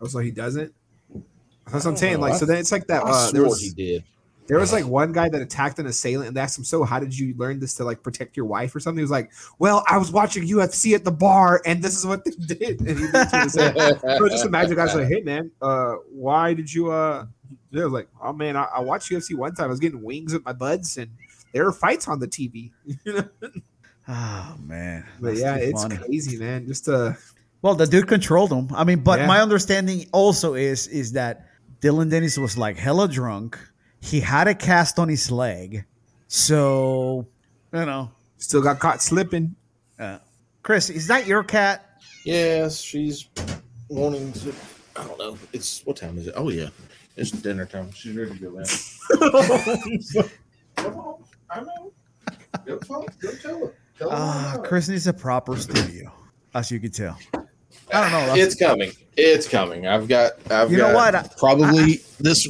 C: Oh, so he doesn't. That's what I'm
B: don't
C: saying.
B: know.
C: Like,
B: I-
C: so then it's like that.
B: I
C: Uh, there
B: swore
C: was
A: *laughs*
B: he did.
C: There was like one guy that attacked an assailant and they asked him, So, how did you learn this to like protect your wife or something? He was like, Well, I was watching UFC at the bar and this is what they *laughs* did. And he looked at his head.
B: *laughs*
C: So just imagine guys like, Hey man, uh, why did you uh they was like, Oh man, I, I watched UFC one time. I was getting wings with my buds and there were fights on the TV.
A: Oh man.
C: But
A: That's
C: yeah,
A: too
C: it's
A: funny.
C: crazy, man. Just uh
A: Well, the dude controlled him. I mean, but
C: Yeah.
A: my understanding also is is that Dylan Dennis was like hella drunk. He had a cast on his leg. So, you know,
C: still got caught slipping.
A: uh, Chris, is that your cat?
B: Yes, she's wanting to. I don't know. It's what time is it? Oh yeah, it's dinner time. She's ready to go out.
E: *laughs*
B: Come on, I know. Go talk. Go tell her. Tell her
A: Ah,
B: I'm out.
A: Chris needs a proper studio, as you can tell. I don't know. That's-
B: it's coming. It's coming. I've got. I've
A: You know
B: got
A: what? I-
B: Probably this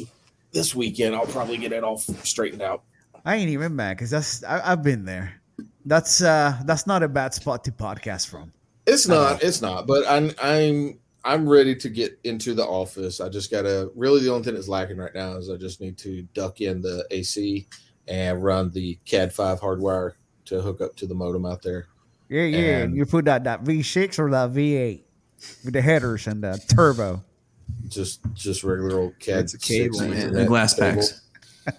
B: this weekend. I'll probably get it all straightened out.
A: I ain't even mad because that's I, I've been there. That's uh that's not a bad spot to podcast from.
B: It's not. It's not. But I'm I'm I'm ready to get into the office. I just gotta really the only thing that's lacking right now is I just need to duck in the AC and run the CAD five hardwire to hook up to the modem out there.
A: Yeah, yeah.
B: And-
A: you put that, that V6 or that V8 with the headers and the turbo.
B: Just just regular old CAD
C: It's a cable,
B: six
D: Yeah,
B: Ethernet
D: the glass
B: cable. *laughs*
D: packs.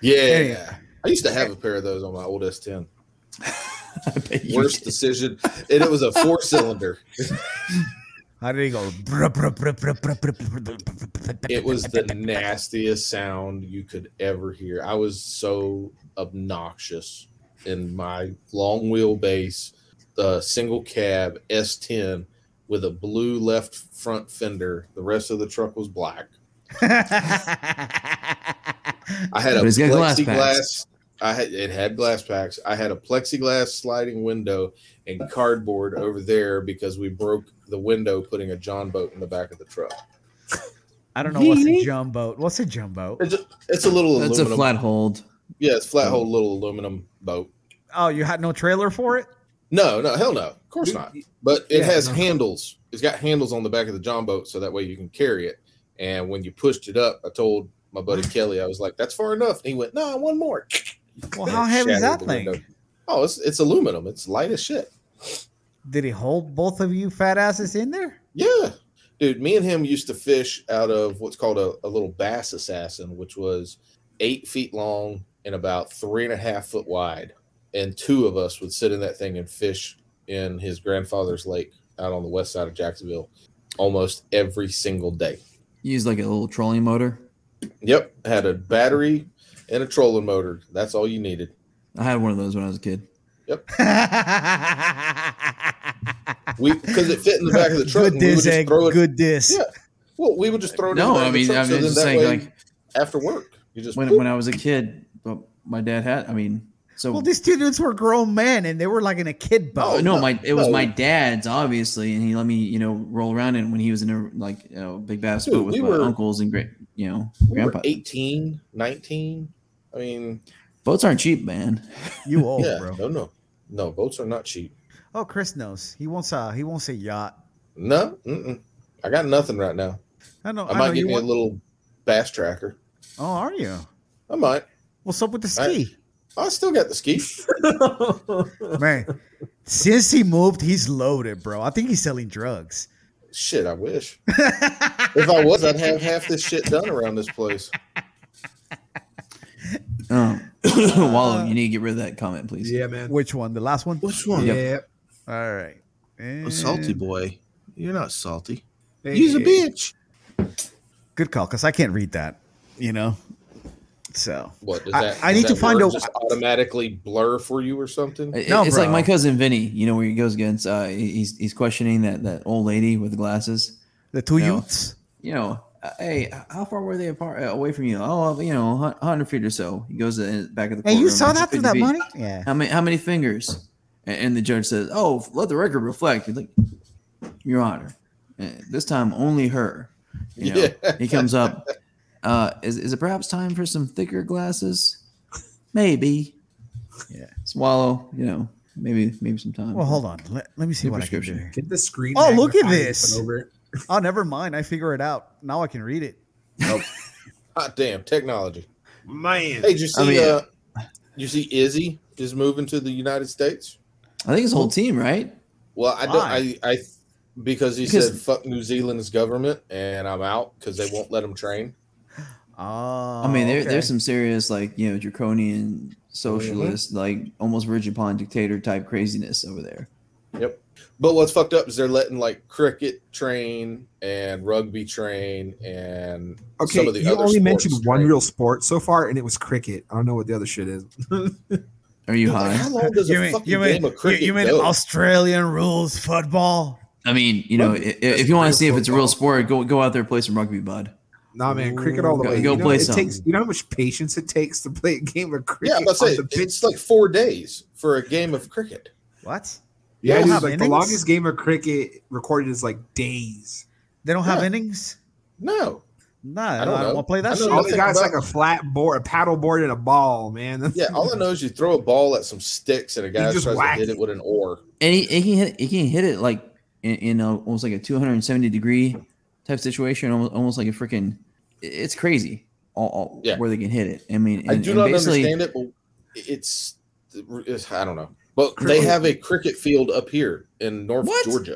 B: Yeah.
A: Yeah.
B: I used to have a pair of those on my old S10.
D: I bet you
B: Worst decision, and it was a
D: *laughs*
B: four cylinder.
A: How did he go? Bruh, bruh, bruh, bruh, bruh, bruh, bruh, bruh, bruh, bruh, bruh.
B: It was the nastiest sound you could ever hear. I was so obnoxious in my long wheelbase, uh, single cab S10 with a blue left front fender. The rest of the truck was black. I had a
D: But it's got glass
B: plexiglass.
D: packs.
B: I had it had glass packs. I had a plexiglass sliding window and cardboard over there because we broke the window putting a John boat in the back of the truck.
A: *laughs* I don't know what's a jumbo. What's a jumbo?
B: It's a, it's a little
D: *laughs* That's a
B: aluminum.
D: flat hold.
B: yeah, it's flat hole little aluminum boat.
A: Oh, you had no trailer for it?
B: No, no, hell no. Of course not. But it
C: Yeah,
B: has
C: no.
B: handles. It's got handles on the back of the John boat so that way you can carry it. And when you pushed it up, I told my buddy
C: *laughs*
B: Kelly, I was like, that's far enough. And he went, no, one more.
A: Well,
B: And
A: how
B: it
A: heavy is that
B: shattered the
A: thing?
B: window. Oh, it's, it's aluminum. It's light as shit.
A: Did he hold both of you fat asses in there?
B: Yeah. Dude, me and him used to fish out of what's called a, a little bass assassin, which was eight feet long and about three and a half foot wide. And two of us would sit in that thing and fish in his grandfather's lake out on the west side of Jacksonville almost every single day.
D: You use like a little trolling motor.
B: Yep. Had a battery and a trolling motor. That's all you needed.
D: I had one of those when I was a kid.
B: We because it fit in the back
A: *laughs*
B: of the truck.
A: Good
B: and we would
A: diss,
B: just
A: Egg.
B: throw it.
A: Good diss.
B: Yeah. Well, we would just throw it. in the
D: No,
B: back
D: I
B: of the
D: mean,
B: truck,
D: I'm
B: so then
D: just
B: that
D: saying,
B: way,
D: like
B: after work, you just
D: when when I was a kid, but my dad had. I mean, so
A: Well, these two dudes were grown men and they were like in a kid
D: Oh,
A: boat.
D: no,
B: no,
D: my it was
B: no.
D: my dad's obviously, and he let me you know roll around in when he was in a like you know, big bass
B: Dude,
D: boat with
B: we
D: my
B: were-
D: uncles and great you know
B: we were
D: grandpa.
B: 18, 19. I mean,
D: Boats aren't cheap, man.
A: You old,
B: yeah,
A: Oh, bro.
B: no, no, no. Boats are not cheap.
A: Oh, Chris knows. He won't say, he won't say yacht.
B: No, mm-mm. I got nothing right now.
A: I know.
B: I,
A: I, know
B: might get
A: you
B: me
A: want.
B: a little bass tracker.
A: oh, are you?
B: I might.
A: What's up with the
B: I-
A: ski?
B: I still got the
A: *laughs*
B: ski.
A: Man, since he moved, he's loaded, bro. I think he's selling drugs.
B: Shit,
A: *laughs*
B: I wish. If I was, I'd have half this shit done around this place.
D: Um, *coughs*
A: Uh,
D: Wallow, you need to get rid of that comment, please.
C: yeah, man.
A: Which one? The last one?
E: Which one?
C: Yeah.
A: All right.
E: A salty
A: And-
E: boy. You're not salty.
C: Hey,
E: He's a bitch.
A: Good call, because I can't read that, you know? So.
B: What does
A: I-
B: that?
A: I
B: does
A: need to
B: that
A: find
B: word
A: a-
B: Just automatically blur for you or something.
D: It-
A: No,
D: it's like
A: bro.
D: my cousin Vinny, you know, where he goes against. Uh, he- he's he's questioning that that old lady with the glasses.
A: The two
D: No.
A: youths.
D: You know, uh, hey, h- how far were they apart uh, away from you? Oh, you know, hun- hundred feet or so. He goes in the back of the.
A: Hey, you
D: courtroom,
A: saw
D: it's
A: that through
D: 50
A: that
D: feet.
A: money? Yeah.
D: How many how many fingers? A- And the judge says, "Oh, let the record reflect." He's like, "Your Honor, uh, this time only her."
A: *laughs*
D: You know,
B: *laughs* Yeah.
D: he comes up. Uh, is is it perhaps time for some thicker glasses? Maybe.
A: Yeah.
D: Swallow. You know, maybe maybe some time.
A: Well, hold on. Let, let me see
D: New
A: what I can do.
D: prescription.
A: here.
C: Get the screen.
A: Oh, look at
C: magnifying
A: this.
C: open Over.
A: Oh, never mind. I figure it out. Now I can read it.
B: Hot Ah, damn technology.
C: Man.
B: Hey, did you see?
D: I mean-
B: uh, you see, Izzy is moving to the United States.
D: I think his whole team, right?
B: Well, I
A: Why?
B: don't. I, I because he
D: Because-
B: said fuck New Zealand's government, and I'm out because they won't let him train.
A: Oh.
D: I mean, there,
A: okay.
D: there's some serious like you know draconian socialist, like almost Virgin Pond dictator type craziness over there.
B: But what's fucked up is they're letting like cricket train and rugby train and
C: Okay,
B: some of the
C: you
B: other
C: only
B: sports
C: mentioned one
B: train.
C: real sport so far, and it was cricket. I don't know what the other shit is.
D: Are you
B: Dude, like,
D: high?
B: how long does a
A: You mean,
B: fucking
A: you mean,
B: game of
A: you,
B: cricket
A: you mean
B: go?
A: Australian rules football?
D: I mean, you know, i- i- if you want to
C: real
D: see if it's a real
C: football.
D: sport, go go out there and play some rugby, bud.
C: Nah, man, cricket all the
D: Go-
C: way.
D: go
C: you know,
D: play
C: it
D: some.
C: takes. You know how much patience it takes to play a game of
B: yeah,
C: cricket
B: I'm about to
C: on
B: say
C: the pitch.
B: it's like four days for a game of cricket.
A: What?
C: Yeah,
A: They
C: dude,
A: don't have
C: like the
A: innings?
C: longest game of cricket recorded is like days.
A: They don't have
B: Yeah.
A: innings?
B: No,
A: Nah, I
B: don't
A: don't,
B: know.
A: want to play
B: I
A: that
B: know
A: shit.
C: All they
B: nothing
C: got is
B: about-
C: like a flat board, a paddle board, and a ball, man. *laughs*
B: Yeah, all I know is you throw a ball at some sticks and a guy
C: just
B: tries to
C: whack
B: hit
C: it.
B: it with an oar.
D: and he, he can hit he can hit it like in, in a, almost like a 270 degree type situation, almost, almost like a freaking. It's crazy, all, all-
B: Yeah.
D: where they can hit it. I mean, and,
B: I do
D: and
B: not
D: basically,
B: understand it, but it's, it's I don't know. But they have a cricket field up here in North
D: What? *laughs*
B: Georgia.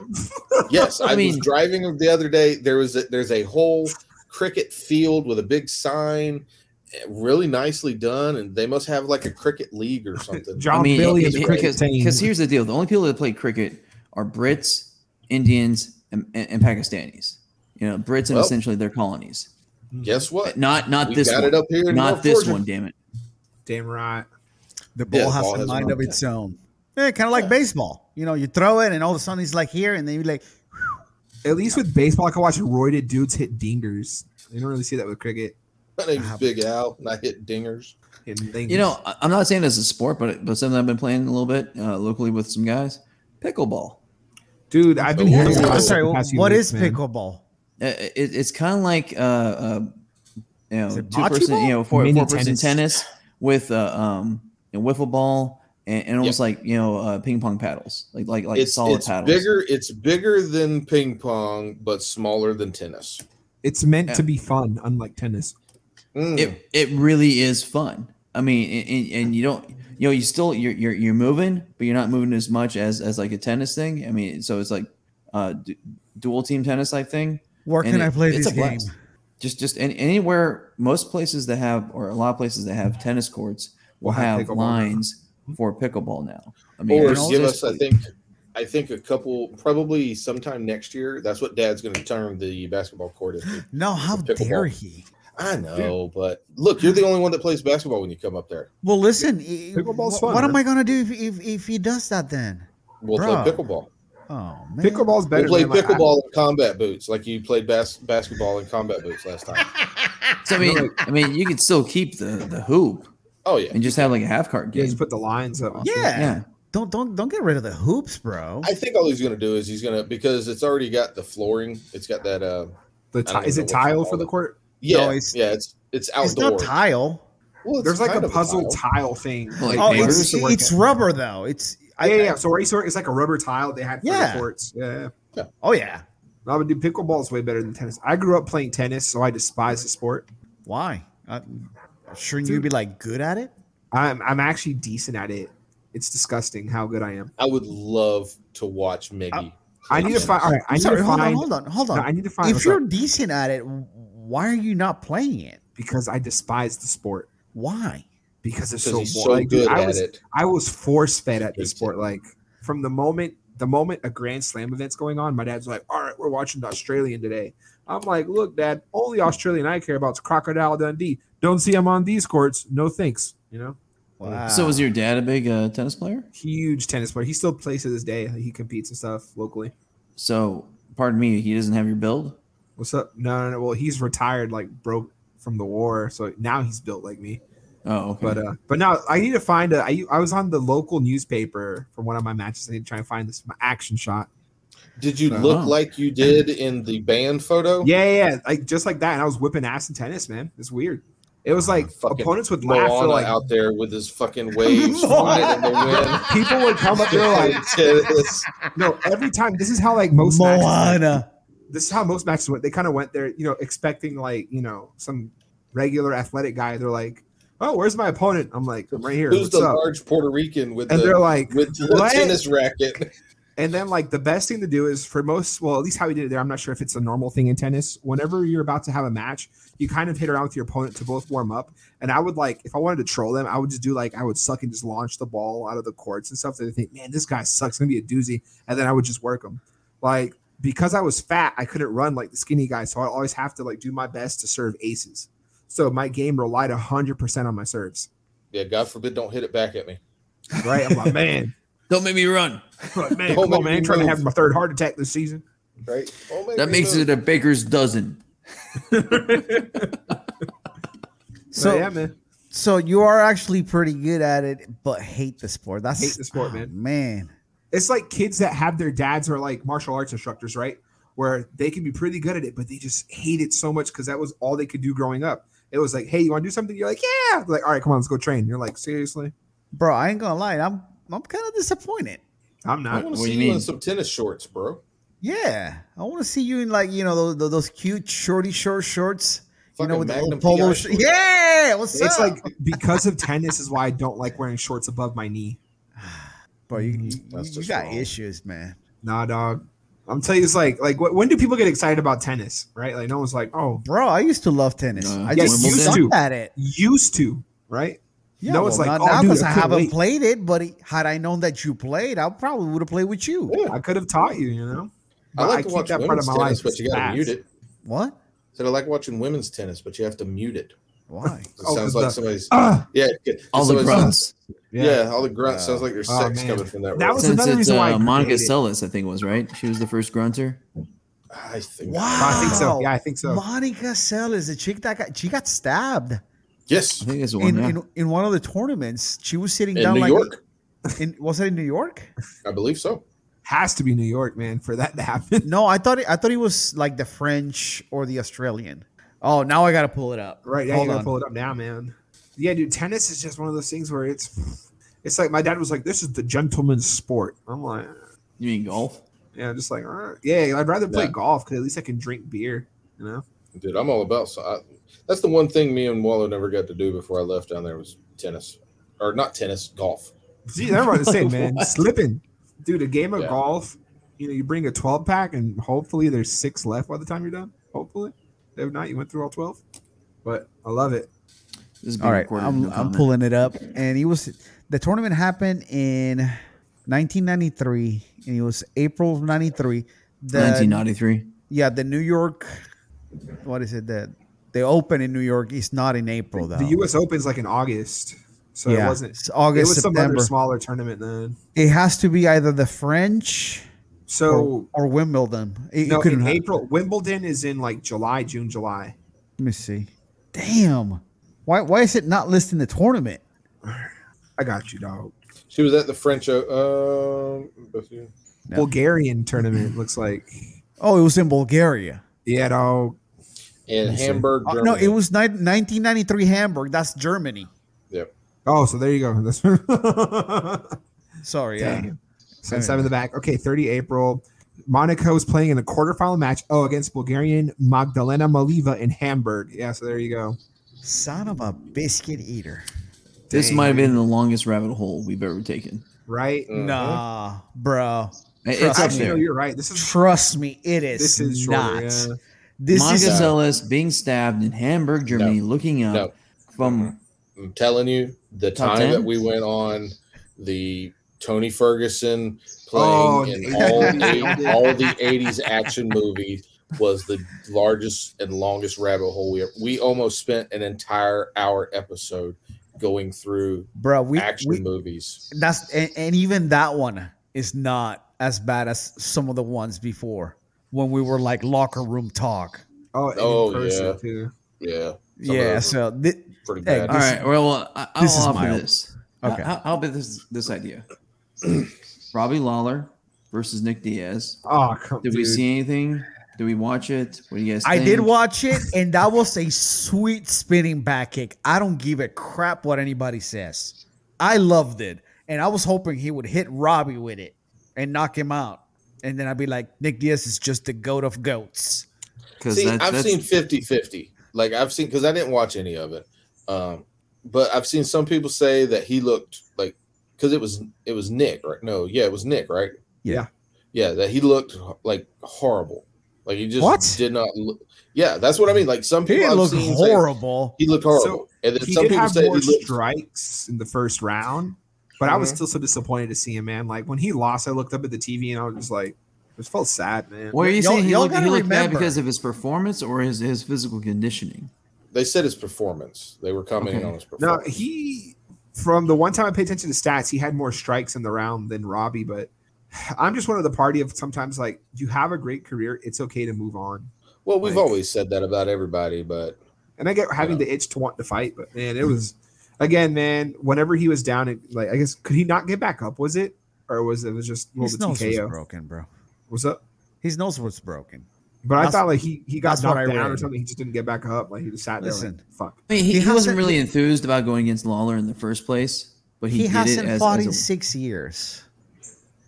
B: Yes, I,
D: I mean-
B: was driving the other day. There was a, there's a whole cricket field with a big sign, eh, really nicely done, and they must have like a cricket league or
D: *laughs*
B: something.
C: John
D: I mean,
C: Billy
B: it-
C: is
B: it-
C: cricket team.
D: because here's the deal: the only people that play cricket are Brits, Indians, and, and, and Pakistanis. You know, Brits and
B: Well.
D: essentially their colonies.
B: Guess what?
D: Not not
B: We
D: this
B: got
D: one.
B: it up here in
D: Not
B: North
D: this
B: Georgia.
D: one. Damn it.
C: Damn right.
A: The ball
B: Yeah,
A: has
B: ball
A: a
B: has
A: mind
B: one.
A: of its own. Yeah, kind of like baseball. You know, you throw it, and all of a sudden he's like here, and then you're like,
C: At least with baseball, I can watch roided dudes hit dingers. You don't really see that with cricket.
B: My name's Big Al, and I hit dingers.
C: Hitting things.
D: You know, I- I'm not saying this is a sport, but but something I've been playing a little bit uh, locally with some guys. Pickleball.
C: dude, I've been
B: Yeah,
C: hearing
B: it's-
C: about
A: I'm
C: this
A: "Oh, sorry,
C: the past few
A: what
C: weeks,
A: is
C: man.
A: pickleball?
D: Uh, it, it's kind of like uh, uh, you know,
A: Is
D: two
A: it bocce
D: person, you know,
C: ball?
D: four,
C: Mini
D: four person
C: tennis.
D: tennis with uh, um, a wiffle ball and, and almost like you know, uh, ping pong paddles, like like like
B: it's
D: solid
B: it's
D: paddles.
B: bigger. It's bigger than ping pong, but smaller than tennis.
C: It's meant to be fun, unlike tennis.
B: Mm.
D: It it really is fun. I mean, and- and, and you don't, you know, you still you're, you're you're moving, but you're not moving as much as as like a tennis thing. I mean, so it's like uh, du- dual team tennis type thing.
A: Where
D: And
A: can I
D: it-
A: play
D: it's
A: this
D: a
A: game?
D: blast. Just just any, anywhere, most places that have or a lot of places that have tennis courts will
C: We'll have
D: have
C: pickleball.
D: lines for pickleball now. I mean,
B: Or
D: there's
B: give
D: just-
B: us, I think, I think a couple, probably sometime next year. That's what Dad's going to turn the basketball court into.
A: No, how
B: Pickleball.
A: dare he?
B: I know, but look, you're the only one that plays basketball when you come up there.
A: Well, listen, i- i-
C: Pickleball's
A: wh-
C: fun,
A: what am
C: man.
A: I gonna do if, if, if he does that then?
B: We'll
A: Bruh.
B: play pickleball.
A: Oh man,
C: Pickleball's better.
B: we'll play
C: than like-
B: pickleball in combat boots, like you played bas- basketball in combat boots last time.
D: So,
B: *laughs*
D: I mean, I mean, you could still keep the the hoop
B: Oh yeah,
D: and just have like a half card
C: yeah,
D: game.
C: just put the lines up.
A: Yeah.
D: yeah.
A: Don't don't don't get rid of the hoops, bro.
B: I think all he's going to do is he's going to because it's already got the flooring. It's got that. Uh,
C: The
B: don't
C: ti- is
B: even
C: it
B: know what to
C: tile
B: call
C: for the
B: it.
C: court?
B: yeah,
A: it's-
B: yeah, it's it's
A: it's not
B: outdoor.
A: tile.
B: Well, it's
C: There's like
B: kind
C: a
B: of
C: puzzle
B: tile.
C: tile. thing.
D: Oh,
C: like,
A: Oh,
C: they
D: Hey,
A: it's
C: used to work
A: it's
C: at.
A: rubber though. It's I,
C: yeah,
A: I-
C: yeah, yeah. So where you sort it's like a rubber tile they had for
A: Yeah.
C: the courts. Yeah, yeah.
A: Oh yeah.
C: I would do pickleball is way better than tennis. I grew up playing tennis, so I despise the sport.
A: Why? Uh, shouldn't you
C: Dude.
A: be like good at it?
C: I'm I'm actually decent at it. It's disgusting how good I am.
B: I would love to watch Miggy.
C: Uh, I
B: play
C: need
B: tennis.
C: to find. All right, I need
A: Sorry,
C: to
A: hold
C: find.
A: on, hold on, hold on.
C: No, I need to find.
A: if
C: what's
A: you're
C: up,
A: decent at it, why are you not playing it?
C: because I despise the sport
A: Why?
C: because it's
B: because
C: so
B: he's
C: boring.
B: so
C: Like,
B: good
C: dude, I
B: at
C: was
B: it.
C: I was force fed at this
B: Hates it.
C: sport. Like from the moment the moment a Grand Slam event's going on, my dad's like, "All right, we're watching the Australian today." I'm like, "Look, Dad, only Australian I care about is Crocodile Dundee. Don't see him on these courts. No thanks." You know,
D: So was your dad a big uh, tennis player?
C: huge tennis player. He still plays to this day. He competes and stuff locally.
D: So pardon me, he doesn't have your build.
C: What's up? No, no, no. Well, he's retired, like broke from the war, so now he's built like me.
D: Oh, okay.
C: But uh, but now I need to find a. I, I was on the local newspaper for one of my matches. I need to try and find this my action shot.
B: Did you
C: Uh-huh.
B: look like you did in the band photo?
C: Yeah, yeah, yeah, like just like that. And I was whipping ass in tennis, man. It's weird. It was like
B: fucking
C: opponents would laugh. They're
B: Moana
C: like,
B: out there with his fucking
C: *laughs*
B: waves flying in the wind.
C: people would come up. They're like,
B: *laughs* Tennis.
C: no. Every time, this is how like most matches went.
A: Moana.
C: this is how most matches went. They kind of went there, you know, expecting like you know some regular athletic guy. They're like, oh, where's my opponent? I'm like, I'm right here.
B: Who's
C: What's
B: the
C: up?
B: large Puerto Rican with
C: And
B: the
C: they're like,
B: with the
C: "What?"
B: tennis racket?
C: And then like the best thing to do is for most, well, at least how we did it there, I'm not sure if it's a normal thing in tennis. Whenever you're about to have a match, you kind of hit around with your opponent to both warm up. And I would like, if I wanted to troll them, I would just do like I would suck and just launch the ball out of the courts and stuff. They think, man, this guy sucks, it's gonna be a doozy. And then I would just work them. Like because I was fat, I couldn't run like the skinny guy, so I always have to like do my best to serve aces. So my game relied hundred percent on my serves.
B: Yeah, God forbid, don't hit it back at me.
C: Right? I'm like, *laughs* man,
D: Don't make me run.
C: like, man,
B: Don't
C: come on,
B: make
C: man,
B: me
C: trying to
B: move.
C: have my third heart attack this season.
B: Right? Oh, man,
D: That
B: we
D: makes
B: know.
D: it a baker's dozen.
C: So
A: So
C: yeah, man.
A: so you are actually pretty good at it, but hate the sport. That's ah,
C: Hate the sport, man.
A: Man.
C: It's like kids that have their dads who are like martial arts instructors, right? where they could be pretty good at it, but they just hate it so much because that was all they could do growing up. It was like, hey, you want to do something? You're like, yeah. They're like, all right, come on, let's go train. You're like, seriously?
A: Bro, I ain't gonna lie. I'm I'm kind of disappointed.
C: I'm
B: I
C: not.
B: want to
D: what
B: see
D: do you
B: you, in
D: mean?
B: some tennis shorts, bro.
A: Yeah, I want to see you in like you know those, those- those cute shorty short shorts. you know
B: Fucking
A: with the
B: Magnum
A: little polo.
B: PI
A: Sh-
B: shorts.
A: yeah, what's
C: It's
A: up?
C: like because of tennis is why I don't like wearing shorts above my *sighs* knee.
A: bro, you
C: Mm-hmm.
A: you,
B: That's
A: you
B: just
A: got
B: wrong.
A: issues, man.
C: Nah, dog. I'm telling you, it's like like wh- when do people get excited about tennis? Right? Like no one's like, oh,
A: Bro, I used to love tennis.
D: Uh,
A: I
D: Yeah,
A: just
D: Wimbledon.
A: used
C: used to.
A: at it.
C: used to, right?
A: Yeah,
C: No one's
A: well, not
C: like, "Oh,
A: now
C: dude,
A: because
C: I
A: I
C: couldn't
A: haven't
C: wait."
A: played it. But had I known that you played, I probably would have played with you.
B: Yeah.
C: I could have taught you, you know.
B: I
C: But
B: like to
C: keep
B: watch women's tennis, but you gotta
C: past.
B: mute it.
A: What?
B: Said I like watching women's tennis, but you have to mute it.
A: Why?
B: It
C: Oh,
B: sounds
C: 'cause
B: like
C: the-
B: somebody's
C: Ah!
B: yeah, it-
D: All the
B: somebody's-
D: grunts.
B: Yeah, all the grunts sounds like there's
C: Oh,
B: sex
C: man.
B: coming from that.
C: That
B: room.
C: was
D: Since
C: another
D: it's
C: reason why I
D: uh, Monica
C: created it.
D: Seles, I think it was right. She was the first grunter.
B: I think.
A: Wow.
C: I think so. Yeah, I think *laughs* so.
A: Monica Sell is the chick that got she got stabbed
D: I
B: Yes,
D: think it's the one.
A: in,
D: yeah.
A: in, in one of the tournaments. She was sitting
B: in
A: down
B: New
A: like
B: York,
A: in was it in New York?
B: I believe so.
C: Has to be New York, man, for that to happen. *laughs*
A: No, I thought it, I thought it was like the French or the Australian. Oh, now I gotta pull it up.
C: Right. Yeah,
A: Hold
C: you gotta
A: on.
C: pull it up now, man. Yeah, dude, tennis is just one of those things where it's it's like my dad was like, This is the gentleman's sport. I'm like
D: You mean golf?
C: Yeah, just like "Uh, yeah, I'd rather play
B: Yeah.
C: golf because at least I can drink beer, you know?
B: Dude, I'm all about. So I, that's the one thing me and Waller never got to do before I left down there was tennis, or not tennis, golf.
C: Dude, everyone's the same, man. *laughs* Slipping. Dude, a game of
B: Yeah.
C: golf, you know, you bring a 12 pack and hopefully there's six left by the time you're done. Hopefully. If not, you went through all 12. But I love it.
D: This is being
A: All right,
D: recorded.
A: I'm,
D: no
A: I'm
D: comment.
A: pulling it up, and he was the tournament happened in 1993, and it was April of '93. The
D: 1993.
A: yeah, the New York, what is it? The the Open in New York is not in April though.
C: The US Open's like in August. So
A: yeah,
C: it wasn't
A: it's August
C: it was some
A: September.
C: other smaller tournament then.
A: it has to be either the French or,
C: So
A: or Wimbledon. It, it
C: no,
A: couldn't.
C: in
A: ha-
C: April, Wimbledon is in like July, June, July.
A: Let me see. Damn, why why is it not listing the tournament?
C: I got you, dog.
B: She was at the French. O- Um, but yeah.
A: Yeah.
C: Bulgarian tournament looks like
A: Oh, it was in Bulgaria.
C: yeah, dog.
B: in
D: Let's see.
B: Hamburg,
A: Oh,
B: Germany.
A: no, it was ni- 1993 Hamburg. That's Germany.
C: Oh, so there you go. *laughs* That's
A: Sorry. uh, yeah.
C: Dang. Send seven in the back. Okay, 30 April. Monaco is playing in the quarterfinal match. Oh, against Bulgarian Magdalena Maliva in Hamburg. Yeah, so there you go.
A: Son of a biscuit eater.
D: This
C: Dang,
D: might have been the longest rabbit hole we've ever taken.
C: right.
B: Mhm.
A: Nah, bro.
D: Mm, It-
A: Trust
D: It's up
C: Actually, no,
D: there.
C: you're right. This is
A: Trust me, it is,
C: this is
A: not.
C: shorter, yeah.
A: This
D: Monica
A: is
D: Seles being stabbed in Hamburg, Germany, looking up
B: No.
D: from
B: I'm telling you, the
D: Top
B: time that
D: 10?
B: we went on the Tony Ferguson playing
C: Oh,
B: in
C: the-
B: all the, all the 80s action movies was the largest and longest rabbit hole we we almost spent an entire hour episode going through
A: bro. We,
B: action
A: we
B: movies.
A: that's and, and even that one is not as bad as some of the ones before when we were like locker room talk.
C: Oh, and
B: Oh,
C: in person
B: yeah.
C: too.
B: Yeah, Some of
A: yeah.
B: those
A: So thi-
B: pretty
A: Hey,
B: bad.
D: All right. Well, I, I'll
A: this is
D: offer
A: mild.
D: this.
A: Okay.
D: Okay. I, I'll bet this this idea. *clears throat* Robbie Lawler versus Nick Diaz.
C: Oh, come,
D: Did we
C: dude.
D: see anything? Did we watch it? What do you guys?
A: I did
D: think?
A: watch it, and that was a sweet spinning back kick. I don't give a crap what anybody says. I loved it, and I was hoping he would hit Robbie with it and knock him out. And then I'd be like, Nick Diaz is just the goat of goats.
D: because
B: See,
D: that's,
B: I've
D: that's
B: seen 50 50. Like, I've seen because I didn't watch any of it. Um, but I've seen some people say that he looked like because it was it was Nick, right? No, yeah, it was Nick, right?
A: Yeah.
B: yeah, that he looked like horrible, like he just
A: What?
B: did not look. Yeah, that's what I mean. Like, some
A: He
B: people I've
A: looked
B: seen say
A: horrible.
B: he looked horrible, and then
C: He
B: some
C: did
B: people
C: have
B: say he
C: more
B: looked Uh-huh.
C: strikes in the first round, but I was still so disappointed to see him, man. Like when he lost, I looked up at the TV and I was just like, I just felt sad, man.
D: Well, are you
A: Y'all-
D: saying he
A: y'all
D: looked, he
A: gotta
D: looked bad
A: remember-
D: because of his performance or his, his physical conditioning?
B: they said his performance, they were commenting
D: Okay.
B: on his
C: No,
B: performance.
C: he from the one time I paid attention to stats, he had more strikes in the round than Robbie, but I'm just one of the party of sometimes like you have a great career, it's okay to move on.
B: well, we've
C: like-
B: always said that about everybody, but
C: And I get having
B: Yeah. Mm-hmm.
C: the itch to want to fight, but man, it was again, man, whenever he was down it like I guess could he not get back up, was it? Or was it was just well,
A: His
C: the
A: nose was
C: TKO?
A: broken, bro.
C: What's up?
A: His nose was broken.
C: But I
A: That's-
C: thought like he, he got
A: that's what
C: knocked
A: I
C: down
A: read.
C: or something. He just didn't get back up. Like he just sat there.
A: Listen.
C: like, fuck.
D: I mean,
A: He
D: he, he, wasn't
A: hasn't-
D: really enthused about going against Lawler in the first place, but he,
A: He,
D: did
A: hasn't
D: it as,
A: fought
D: as
A: in
D: a-
A: six years.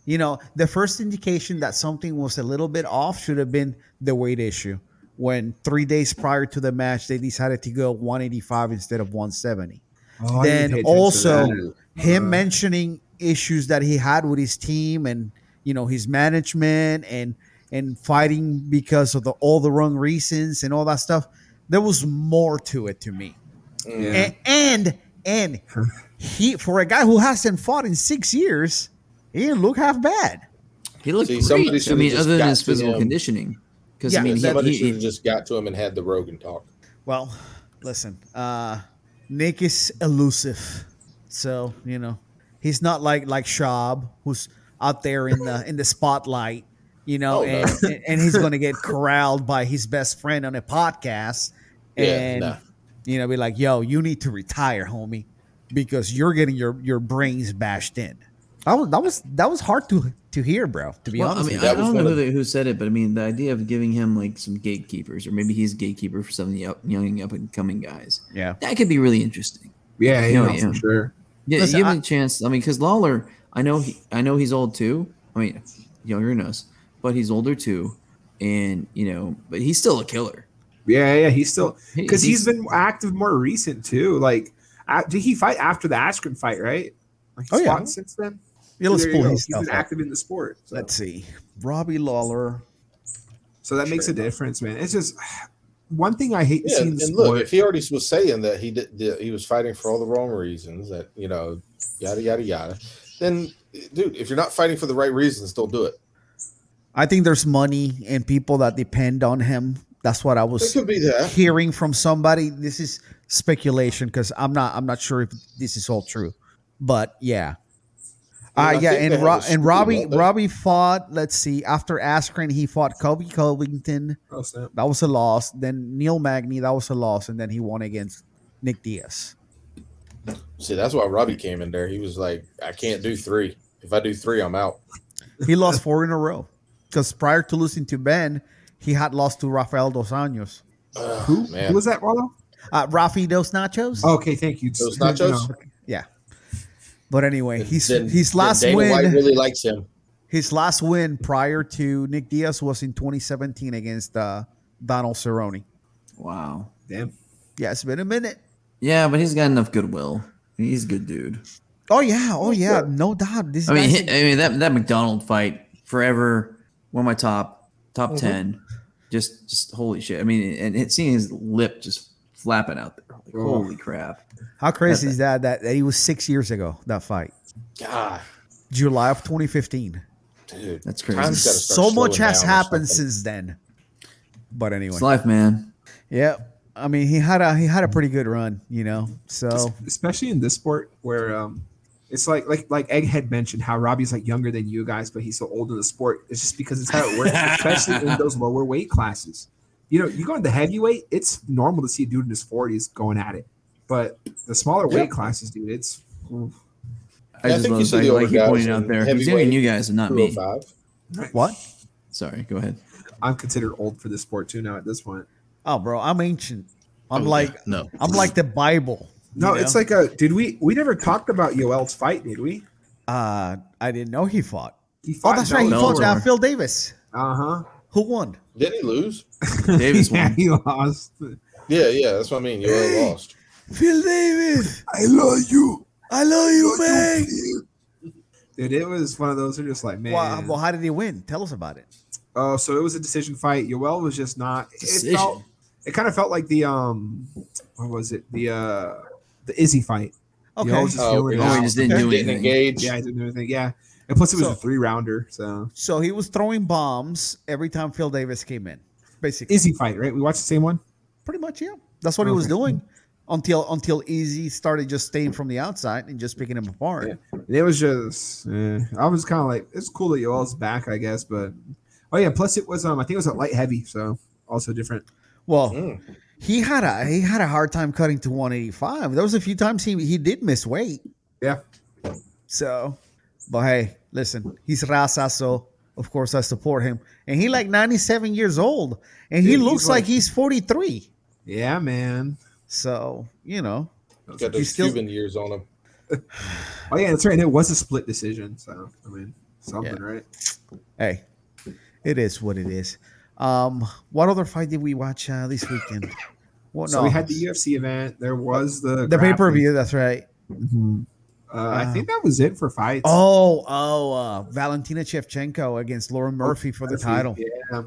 A: You know, the first indication that something was a little bit off should have been the weight issue. When three days prior to the match, they decided to go 185 instead of 170.
C: Oh, I didn't pay
A: then
C: attention to
A: also
C: that.
A: him
C: Uh,
A: mentioning issues that he had with his team and you know his management and and fighting because of the all the wrong reasons and all that stuff there was more to it to me
C: Yeah.
A: A- and and he for a guy who hasn't fought in six years he didn't look half bad
D: He looked
B: See, somebody
D: great. I
B: should've
D: mean,
B: just
D: other than
B: got
D: his
B: to
D: physical
B: him.
D: conditioning, because
A: Yeah,
D: I mean, he-
B: Somebody
D: he-
B: should have just got to him and had the Rogan talk.
A: well listen uh nick is elusive so you know he's not like like shab who's out there in the in the spotlight you know
B: Oh, no.
A: and, and and he's gonna get corralled by his best friend on a podcast
B: Yeah,
A: and
B: nah.
A: you know be like yo you need to retire homie because you're getting your your brains bashed in that was that was that was hard to to hear bro to be
D: well, I
A: honest
D: mean,
A: with you.
D: I
B: that was
D: don't know
B: one
D: who,
B: of-
D: the, who said it, but I mean, the idea of giving him like some gatekeepers, or maybe he's gatekeeper for some of the up, young and up and coming guys.
A: yeah
D: That could be really interesting.
C: yeah, yeah,
D: No,
C: for
D: yeah.
C: sure.
D: Yeah,
A: Listen,
D: give him
A: I-
D: a chance. I mean, because Lawler, I know he, I know he's old too. I mean, younger than us, but he's older too, and you know, but he's still a killer.
C: Yeah, yeah, he's still because
D: He-
C: he's been active more recent too. Like, a- did he fight after the Askren fight? Right? Like,
A: Oh,
C: he's
A: yeah.
C: fought since then.
A: Yeah, let's
C: There you
A: pull
C: go.
A: his
C: He's
A: stuff
C: been
A: up.
C: active in the sport. So,
A: let's see robbie lawler
C: so that makes a difference, man. It's just *sighs* one thing I hate to
B: Yeah,
C: see in
B: and
C: the
B: look,
C: sport.
B: if he already was saying that he did, that he was fighting for all the wrong reasons, that you know, yada yada yada, then dude, if you're not fighting for the right reasons, don't do it.
A: I think there's money and people that depend on him. That's what I
B: It
A: was
B: could be that.
A: hearing from somebody. This is speculation because I'm not I'm not sure if this is all true, but yeah.
B: I
A: Uh,
B: mean, I
A: yeah,
B: think they
A: and
B: have
A: Ro-
B: a
A: and
B: screw, eh?
A: Robbie
B: don't they?
A: Robbie fought. Let's see. After Askren, he fought Kobe Covington.
C: Oh, snap.
A: That was a loss. Then Neil Magny. That was a loss. And then he won against Nick Diaz.
B: See, that's why Robbie came in there. He was like, I can't do three. If I do three, I'm out.
A: He lost four in a row because prior to losing to Ben, he had lost to Rafael Dos Anjos.
B: Ugh,
C: Who,
B: man.
C: who was that, Waldo?
A: Uh, Rafi Dos Nachos.
C: Okay, thank you.
B: Those nachos?
C: No.
A: Yeah. But anyway, he's
B: Then-
A: his
B: then
A: last
B: Dana
A: win.
B: White really likes him.
A: his last win prior to Nick Diaz was in 2017 against uh, Donald Cerrone.
D: wow.
C: Damn.
A: Yeah, it's been a minute.
D: Yeah, but he's got enough goodwill. He's a good dude.
A: Oh yeah, oh yeah, no doubt. This
D: I mean,
A: guy's-
D: *laughs* hi- I mean that that McDonald fight forever one of my top
B: Mm-hmm.
D: top ten. Just just holy shit. I mean, and it, seeing his lip just flapping out there, like,
C: Oh.
D: holy crap.
A: how crazy is that, that? That he was six years ago that fight,
B: God,
A: July of 2015.
B: dude.
D: That's crazy.
B: Time's gotta start
A: So much
B: slowing
A: has
B: down or
A: happened
B: something.
A: since then. But anyway,
D: It's life, man.
A: yeah. I mean, he had a he had a pretty good run, you know. So
C: Especially in this sport where um, it's like like like Egghead mentioned how Robbie's like younger than you guys, but he's so old in the sport. It's just because it's how it works, especially in those lower weight classes. You know, you go into heavyweight, it's normal to see a dude in his forties going at it, but the smaller
B: Yeah.
C: weight classes, dude, it's
D: I
B: Yeah, I
D: just
B: think
D: love
B: you
D: the
B: see
D: fact,
B: the
D: like he
B: older
D: pointed
B: guys
D: out
B: in
D: there. He's younger than you guys and not me.
B: 205.
A: what?
D: Sorry, go ahead.
C: I'm considered old for this sport too now at this point.
A: Oh, bro, I'm ancient. I'm
E: Oh,
A: like
E: yeah, no.
A: I'm like the Bible. you
C: No,
A: know?
C: it's like a did we we never talked about Yoel's fight, did we?
A: Uh, I didn't know he fought.
C: He
A: Oh, that's right. He
D: Joe
A: fought
D: Rogan.
A: uh, Phil Davis,
C: Uh huh.
A: who won.
B: Did he lose?
C: *laughs*
D: Davis
C: yeah,
B: *laughs*
D: won.
C: he lost.
B: Yeah, yeah. That's what I mean. You already lost.
A: Phil Davis,
C: I love you.
A: I love you, man.
C: Dude, it was one of those who are just like, man.
A: uh, Well, well, how did he win? Tell us about it.
C: Oh, so it was a decision fight. Yoel was just not. It
D: Decision.
C: felt. It kind of felt like the um, what was it? The uh, the Izzy fight.
A: Okay.
C: Yoel was just
B: Oh,
C: feeling
B: okay.
C: it
D: Oh, he
C: out.
D: just didn't do
B: Didn't
D: anything.
B: engage.
C: Yeah, I didn't do anything. Yeah, and plus it was
A: So-
C: a three rounder. So
A: so he was throwing bombs every time Phil Davis came in. Basically,
C: Izzy fight, right? We watched the same one.
A: pretty much yeah. That's what he was
C: Okay.
A: doing until until Easy started just staying from the outside and just picking him apart.
C: Yeah. And it was just, eh, I was kind of like, it's cool that Yoel's back, I guess, but oh yeah. Plus it was um, I think it was a light heavy, so also different.
A: Well,
B: Mm.
A: he had a he had a hard time cutting to 185. There was a few times he he did miss weight.
C: Yeah.
A: So, but hey, listen, he's Raza, so Of course, I support him. And he like 97 years old, and he
C: Dude, he's
A: looks like
C: like-
A: he's 43.
C: Yeah, man.
A: So you know,
B: Got
A: You
B: those
A: still-
B: Cuban years on him.
C: Oh yeah, that's right. And it was a split decision. So I mean, something,
A: Yeah.
C: right?
A: hey, it is what it is. Um, what other fight did we watch uh, this weekend? What
C: So we had the UFC event. There was the
A: the pay per view. That's right.
C: grappling. Mhm. Uh, I
A: Uh,
C: think that was it for fights.
A: Oh, oh, uh, Valentina Shevchenko against Laura Murphy for the
C: Murphy,
A: title.
C: Yeah.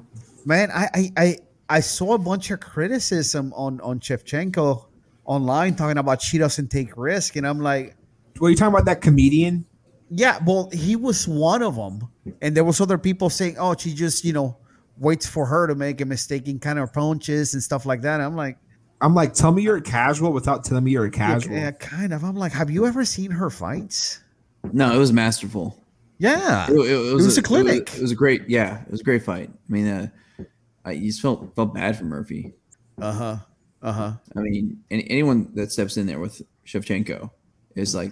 A: Man, I, I, I, I saw a bunch of criticism on on Shevchenko online talking about she doesn't take risk, and I'm like,
C: Well, you talking about that comedian?
A: yeah, well, he was one of them, and there was other people saying, oh, she just you know waits for her to make a mistake in kind of punches and stuff like that. I'm like,
C: I'm like, tell me you're a casual without telling me you're a
A: yeah,
C: casual.
A: yeah, kind of. I'm like, have you ever seen her fights?
D: No, it was masterful.
A: Yeah,
D: It, it- it was,
A: was a clinic.
D: It was, it was a great, yeah, it was a great fight. I mean, uh, I you just felt felt bad for Murphy.
A: uh huh, uh huh.
D: I mean, any, anyone that steps in there with Shevchenko is like,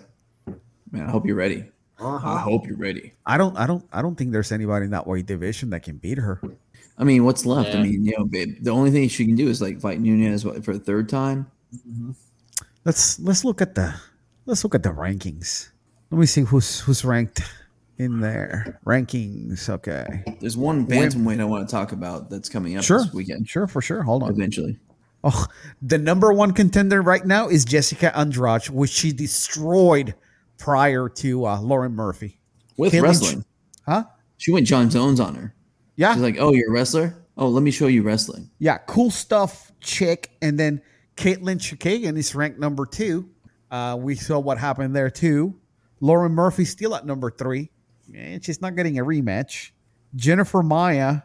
D: man, I hope you're ready. I
C: Uh-huh.
D: hope you're ready.
A: I don't, I don't, I don't think there's anybody in that weight division that can beat her.
D: I mean, what's left? I
B: Yeah.
D: mean, you know, babe, the only thing she can do is like fight Nunez what, for the third time.
A: Let's let's look at the let's look at the rankings. Let me see who's who's ranked in there. Rankings, okay.
D: There's one bantamweight I want to talk about that's coming up
A: Sure,
D: this weekend
A: sure for sure. Hold on.
D: eventually.
A: Oh, the number one contender right now is Jessica Andrade, which she destroyed prior to uh, Lauren Murphy.
D: With
A: Can't we-
D: wrestling,
A: Huh?
D: she went John Jones on her.
A: Yeah,
D: She's like, "Oh, you're a wrestler? Oh, let me show you wrestling."
A: yeah. Cool stuff, chick. And then Caitlin Chikagan is ranked number two. Uh, we saw what happened there too. Lauren Murphy still at number three, and she's not getting a rematch. Jennifer Maya,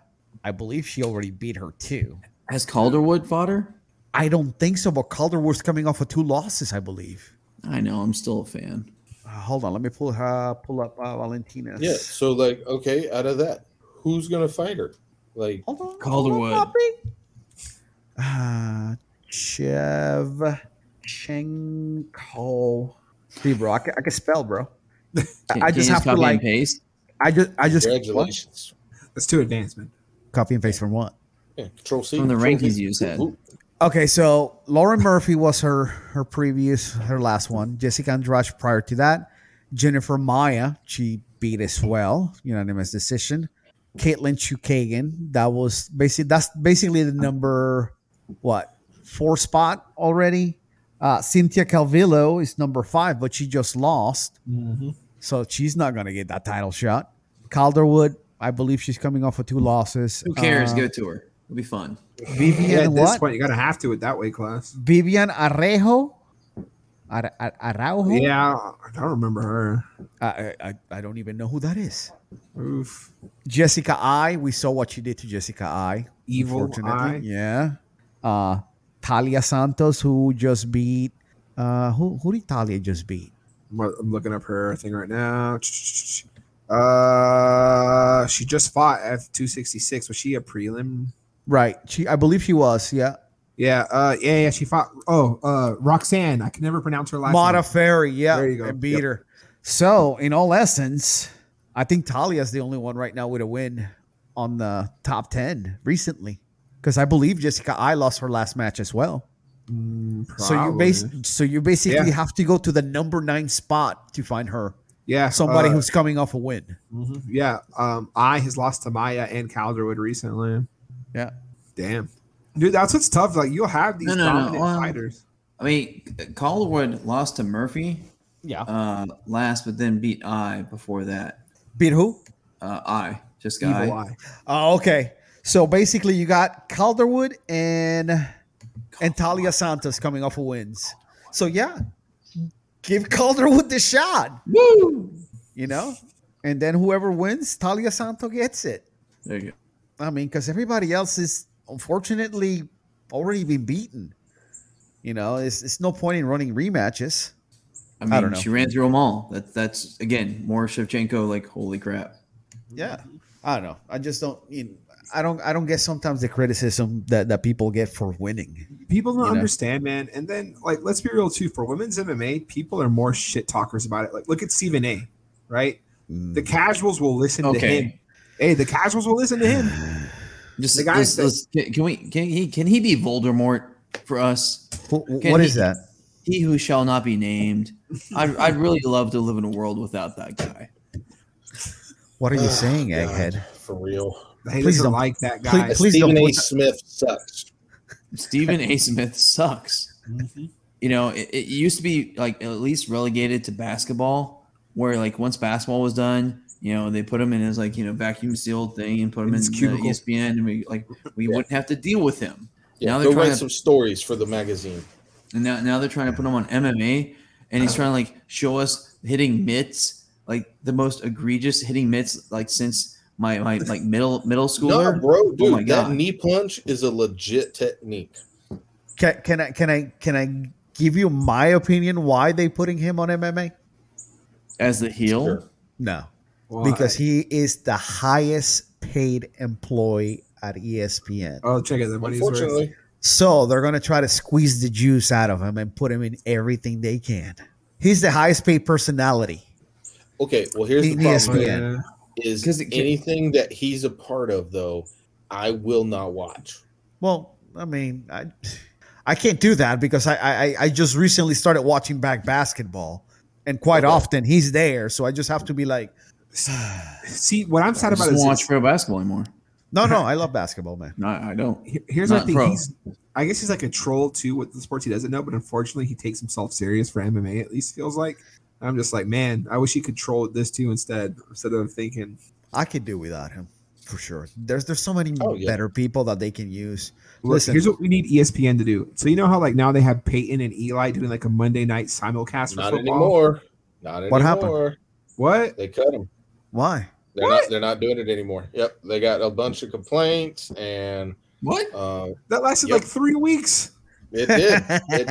A: I believe she already beat her too.
D: Has Calderwood fought her?
A: I don't think so, but Calderwood's coming off of two losses, I believe.
D: I know. I'm still a fan.
A: Uh, hold on, let me pull uh, pull up uh, Valentina.
B: Yeah. So like, okay, out of that, who's gonna fight her? Like,
A: Hold on.
D: Calderwood.
A: Hold on, Poppy. Uh, Chev Chenko. See, bro, I can, I can spell, bro.
D: Can-
A: I
D: can
A: just
D: you
A: have to
D: copy and
A: like.
D: paste.
A: I just, I just
B: congratulations.
C: That's too advanced, man.
A: what? copy and paste from what?
B: Yeah, control C.
D: From the
B: Control
D: rankings
B: V.
D: you said.
B: Ooh,
A: Okay, so Lauren Murphy was her her previous her last one. Jessica Andrade prior to that. Jennifer Maya, she beat as well, unanimous decision. Caitlin Chukagan, that was basically that's basically the number what four spot already. Uh, Cynthia Calvillo is number five, but she just lost,
D: Mm-hmm.
A: so she's not gonna get that title shot. Calderwood, I believe she's coming off of two losses.
D: Who cares?
A: Uh,
D: Give it to her. It'll be fun.
A: Vivian
C: Yeah, at this
A: what?
C: point, you gotta have to at that weight class.
A: Vivian Arejo. Ar- Ar- Araujo?
C: Yeah, I don't remember her.
A: I, I, I don't even know who that is.
C: Oof.
A: Jessica I. We saw what she did to Jessica I.
C: Evil Eye.
A: Yeah. Uh, Talia Santos, who just beat. Uh, who, who did Talia just beat?
C: I'm I'm looking up her thing right now. Uh, she just fought F two sixty six. Was she a prelim?
A: Right. She, I believe she was. Yeah.
C: Yeah, uh, yeah, yeah. She fought. Oh, uh, Roxanne. I can never pronounce her last
A: Mata
C: name.
A: Ferry. Yeah.
C: There you go.
A: And beat
C: Yep.
A: her. So, in all essence, I think Talia's the only one right now with a win on the top 10 recently. Because I believe Jessica I lost her last match as well.
C: Mm,
A: So you
C: probably.
A: bas- so you basically
C: Yeah.
A: have to go to the number nine spot to find her.
C: yeah
A: Somebody
C: uh,
A: who's coming off a win.
C: mhm, yeah. Um, I has lost to Maya and Calderwood recently.
A: Yeah.
C: Damn, dude, that's what's tough. Like you'll have these
D: No, no, no,
C: dominant
D: well-
C: fighters.
D: I mean, Calderwood lost to Murphy
A: Yeah.
D: uh, last, but then beat I before that.
A: Beat who?
D: Uh, I just got
C: Evil Eye.
A: Oh, okay. So basically you got Calderwood and and Talia Santos coming off of wins. So yeah. Give Calderwood the shot. Woo! You know? And then whoever wins, Talia Santos gets it.
D: There you go.
A: I mean, because everybody else is unfortunately already been beaten. You know, it's, it's no point in running rematches.
D: I mean,
A: I don't know.
D: she ran through them all. That, that's again more Shevchenko. Like, holy crap!
A: Yeah, I don't know. I just don't. You know, I don't. I don't get sometimes the criticism that that people get for winning.
C: People don't
A: You know?
C: understand, man. And then, like, let's be real too. For women's MMA, people are more
A: Mm.
C: shit talkers about it. Like, look at Stephen A. Right, the casuals will listen to him
D: Okay,
C: Hey, the casuals will listen to him.
A: *sighs*
D: Just
C: The guy
D: let's-
C: said-
D: let's- can, can we can he can he be Voldemort for us?
A: Wh-
D: Can
A: what
D: he-
A: is that?
D: He who shall not be named. I'd, I'd really love to live in a world without that guy.
A: What are you
B: Oh,
A: saying,
B: God.
A: Egghead?
B: for real.
C: The haters
A: Please
C: don't
A: don't.
C: like that
A: Please-
C: guy.
A: please don't
B: Stephen A.
A: put that-
B: Smith sucks.
D: Stephen A. Smith sucks. You know, it, it used to be like at least relegated to basketball, where like once basketball was done, you know, they put him in his like you know vacuum sealed thing and put him
C: In
D: in,
C: his
D: the E
C: cubicle.
D: ESPN, and we like we wouldn't have to deal with him.
B: Yeah,
D: Now they're
B: go
D: trying
B: write
D: to-
B: some stories for the magazine.
D: And now, now they're trying to put him on MMA, and he's trying to like show us hitting mitts, like the most egregious hitting mitts like since my my like middle middle schooler.
B: No, bro, dude,
D: Oh my
B: that
D: God.
B: knee punch is a legit technique.
A: Can, can I can I can I give you my opinion why they putting him on MMA?
D: as the heel.
B: Sure.
A: No,
C: Why?
A: because he is the highest paid employee at E ESPN.
C: oh, check it. The money's worth.
B: Unfortunately,
A: So they're gonna try to squeeze the juice out of him and put him in everything they can. He's the highest paid personality.
B: okay. Well, here's the
A: He- he
B: problem:
A: is
C: Oh,
A: ESPN.
C: yeah.
B: is
D: 'Cause it can-
B: anything that he's a part of, though, I will not watch.
A: Well, I mean, I I can't do that because I I, I just recently started watching back basketball, and quite
B: Okay.
A: often he's there, so I just have to be like,
C: See, what I'm sad
D: I
C: about
D: don't
C: is
D: watch
C: this.
D: pro basketball anymore.
A: no, no, I love basketball, man.
D: No, I
C: *laughs*
D: don't.
C: Here- here's what I
D: Not
C: think
D: pro.
C: he's. I guess he's like a troll too with the sports he doesn't know, but unfortunately he takes himself serious for MMA. At least feels like. I'm just like, man, I wish he could troll this too instead instead of thinking.
A: I could do without him for sure. There's there's so many
B: Oh, yeah.
A: better people that they can use.
C: Look,
A: Listen.
C: here's what we need E ESPN to do. So you know how like now they have Peyton and Eli doing like a Monday night simulcast for
B: Not
C: football.
B: anymore. Not anymore.
A: What happened?
C: What?
B: They cut him.
A: Why?
B: They're
C: What?
B: not. They're not doing it anymore. Yep. They got a bunch of complaints, and
D: What?
B: uh,
C: That lasted
B: Yep.
C: like
B: *laughs*
C: three weeks.
B: it did. it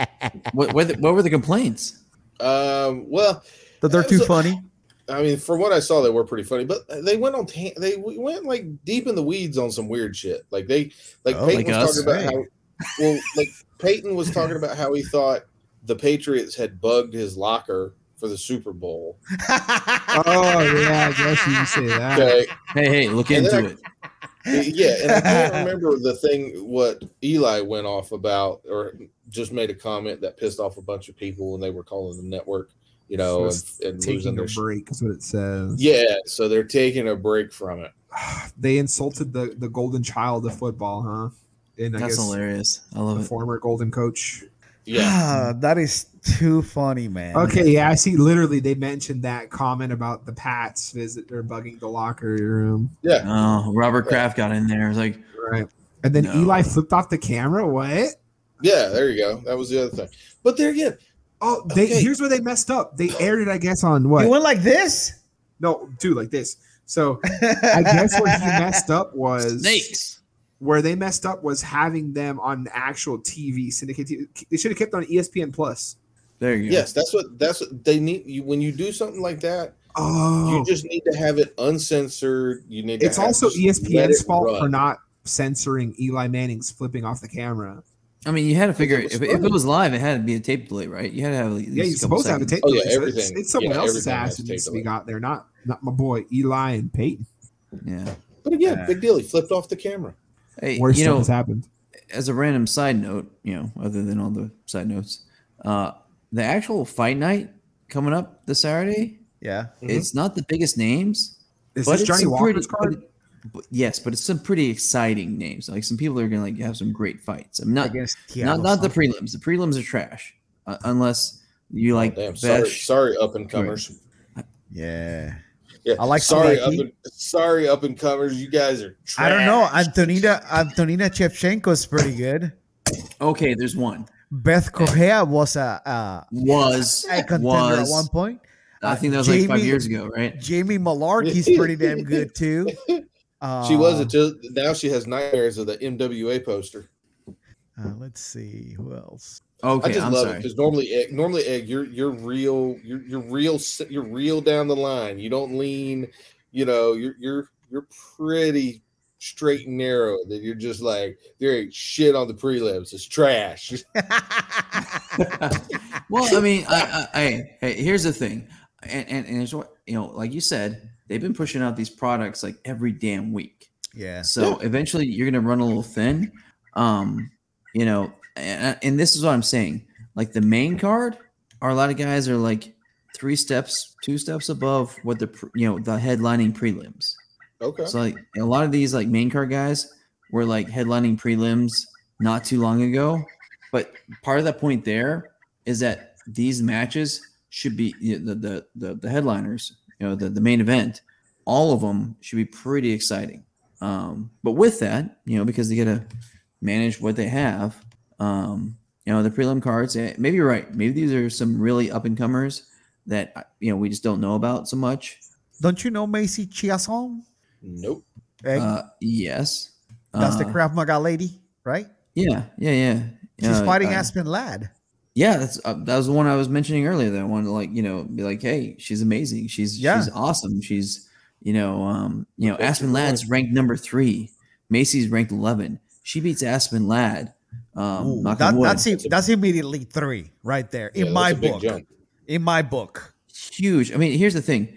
B: did.
D: What? What, the- what were the complaints?
B: Um, well,
A: *laughs* That they're
B: That
A: too
B: was a-
A: funny. *laughs*
B: I mean, from what I saw, they were pretty funny, but they went on. T- they w- went like deep in the weeds on some weird shit. Like they, like
A: Oh,
B: Peyton
D: like
B: was
D: us,
B: talking about
A: right.
B: how. Well, like Peyton was talking about how he thought the Patriots had bugged his locker for the Super Bowl.
C: *laughs* Oh yeah, I guess you can say that.
B: Okay,
D: Hey, hey, look
B: And then
D: into
B: I-
D: it.
B: yeah, and I can't
C: *laughs*
B: remember the thing what Eli went off about, or just made a comment that pissed off a bunch of people when they were calling the network, you know, and,
C: So
B: and losing
C: taking a
B: their. sh-
C: break is what it says.
B: Yeah, so they're taking a break from it.
C: They insulted the the golden child of football, huh? And I
D: That's
C: guess
D: hilarious. I
C: the
D: love it.
C: former golden coach. *gasps*
B: Yeah,
A: Ah, that is too funny, man.
C: Okay, yeah, I see. Literally, they mentioned that comment about the Pats visit or bugging the locker room,
D: Oh, Robert Kraft got in there. It's like,
C: right? And then
D: No.
C: Eli flipped off the camera. What?
B: yeah, there you go. That was the other thing. But there again,
C: Oh, they
B: Okay.
C: here's where they messed up. They aired it, I guess, on what?
A: You went like this.
C: no, dude, like this. So I guess
A: *laughs*
C: where he messed up was
D: snakes.
C: where they messed up was having them on actual TV syndicate. TV. They should have kept on E ESPN Plus.
D: There you go.
B: yes, that's what that's what they need. You, when you do something like that,
C: Oh,
B: you just need to have it uncensored. You need.
C: it's
B: to have,
C: also E
B: just let
C: ESPN's
B: it
C: fault
B: run.
C: for not censoring Eli Manning's flipping off the camera.
D: I mean, you had to figure
B: was
D: if, if it was live, it had to be a tape delay, right? You had to have at least
C: Yeah,
D: a
C: you're
D: couple
C: supposed to have a
D: seconds.
C: tape
B: Oh,
C: delay.
B: yeah,
C: so it's,
B: everything-
C: it's someone
B: yeah,
C: else's
B: everything
C: ass
B: has
C: that
B: tape
C: needs to be
B: delay.
C: got there, not not my boy Eli and Peyton.
D: Yeah.
B: But again,
A: Yeah.
B: big deal. He flipped off the camera.
D: Hey,
C: Worst
D: you
C: thing
D: know,
C: has happened.
D: as a random side note, you know, other than all the side notes, uh, the actual fight night coming up this Saturday,
A: Yeah.
B: Mhm.
D: it's not the biggest names,
C: Mm-hmm. Is
D: but
C: this
D: it's
C: Johnny
D: some
C: Walker's
D: pretty-
C: card?
D: but- but- yes, but it's some pretty exciting names. Like some people are gonna like have some great fights. I'm not
A: Against
D: not
A: Thiago
D: not the
A: Santos.
D: prelims. The prelims are trash uh, unless you like
B: Oh, Damn, sorry,
D: Besh.
B: sorry, up and comers.
A: Yeah.
B: Yeah,
A: I like
B: sorry, up
A: Solecki.
B: and, sorry, up and comers. You guys are. Trash.
A: I don't know. Antonina Antonina Shevchenko is pretty good.
D: Okay, there's one
A: Beth Correa was a, a, *laughs*
D: was
A: a contender at one
D: was
A: point.
D: I think that was like five
A: Jamie-
D: years ago, right?
A: Jamie Malarkey's pretty damn good
D: *laughs*
A: too. Uh,
B: She was until now. She has nightmares of the MWA poster.
A: uh, let's see who else. *laughs*
D: Okay,
B: I just
D: I'm
B: love it
D: sorry.
B: because normally, egg, normally, egg, you're you're real, you're you're real, s- you're real down the line. You don't lean, you know, you're you're you're pretty straight and narrow. That you're just like there ain't shit on the prelims. It's trash. *laughs*
D: *laughs* well, I mean, I, I, I, hey, here's the thing, and and, and it's what you know, like you said, they've been pushing out these products like every damn week.
A: Yeah.
D: So eventually you're going to run a little thin. Um, you know, and, and this is what I'm saying. Like the main card, are a lot of guys are like three steps, two steps above what the pr- you know the headlining prelims.
B: Okay.
D: So like a lot of these like main card guys were like headlining prelims not too long ago, but part of that point there is that these matches should be you know, the, the the the headliners, you know, the the main event, all of them should be pretty exciting. Um, but with that, you know, because they gotta manage what they have, um, you know, the prelim cards. eh, Maybe you're right. Maybe these are some really up and comers that you know we just don't know about so much.
A: Don't you know Macy Chiasson?
B: Nope.
A: Eh,
D: Uh, yes,
A: that's the
D: Uh,
A: Krav Maga lady, right?
D: Yeah, yeah, yeah.
A: She's
D: Uh,
A: fighting
D: uh,
A: Aspen Ladd.
D: Yeah, that's uh, that was the one I was mentioning earlier. That I wanted to like you know be like, hey, she's amazing. She's
A: Yeah.
D: she's awesome. She's you know um you know
B: That's
D: Aspen
B: your
D: Ladd's
B: boy.
D: ranked number three. Macy's ranked eleven. She beats Aspen Ladd. Um,
A: Ooh,
D: knock on
A: that,
D: wood.
A: that's
B: That's
A: that's,
B: a-
A: that's immediately three right there
B: Yeah,
A: in
B: that's
A: my
B: a big
A: book.
B: jump.
A: In my book,
D: huge. I mean, here's the thing.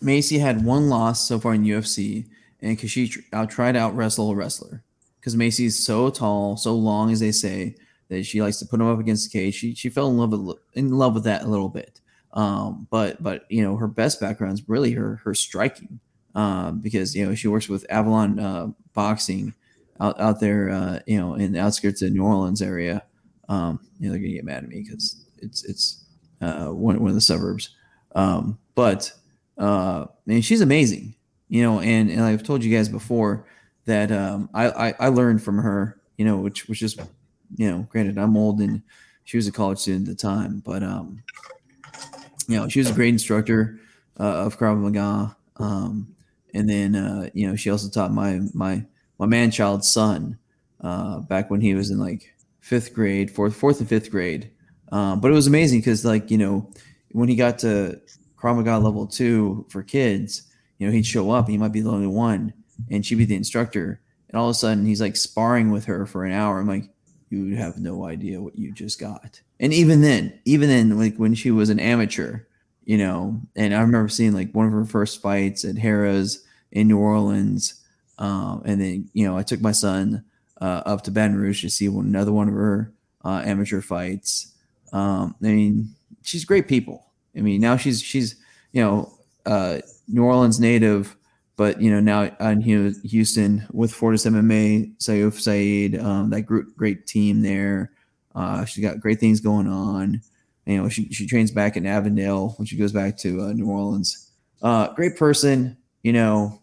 D: Macy had one loss so far in UFC, and because she tr- out tried to out wrestle a wrestler, because Macy's so tall, so long as they say that she likes to put him up against the cage. She she fell in love with in love with that a little bit. Um, but but you know her best background is really her her striking, uh, because you know she works with Avalon uh, Boxing out out there, uh, you know, in the outskirts of New Orleans area. Um, you know they're gonna get mad at me because it's it's uh, one, one of the suburbs. Um, but uh, man, she's amazing, you know. And, and I've told you guys before that um, I, I I learned from her, you know, which was just you know, granted I'm old and she was a college student at the time, but um, you know, she was a great instructor uh, of Krav Maga. Um, and then uh, you know, she also taught my my my man child's son uh, back when he was in like fifth grade, fourth fourth and fifth grade. Um, but it was amazing because, like, you know, when he got to Krav Maga level two for kids, you know, he'd show up and he might be the only one, and she'd be the instructor. And all of a sudden, he's like sparring with her for an hour. I'm like, you have no idea what you just got. And even then, even then, like when she was an amateur, you know, and I remember seeing like one of her first fights at Harrah's in New Orleans. Um, and then, you know, I took my son uh, up to Baton Rouge to see one, another one of her uh, amateur fights um, I mean, she's great people. I mean, now she's she's you know uh, New Orleans native, but you know now on Houston with Fortis MMA, Saif Saeed, um, that group, great team there. Uh, she's got great things going on. You know, she she trains back in Avondale when she goes back to uh, New Orleans. Uh, great person. You know,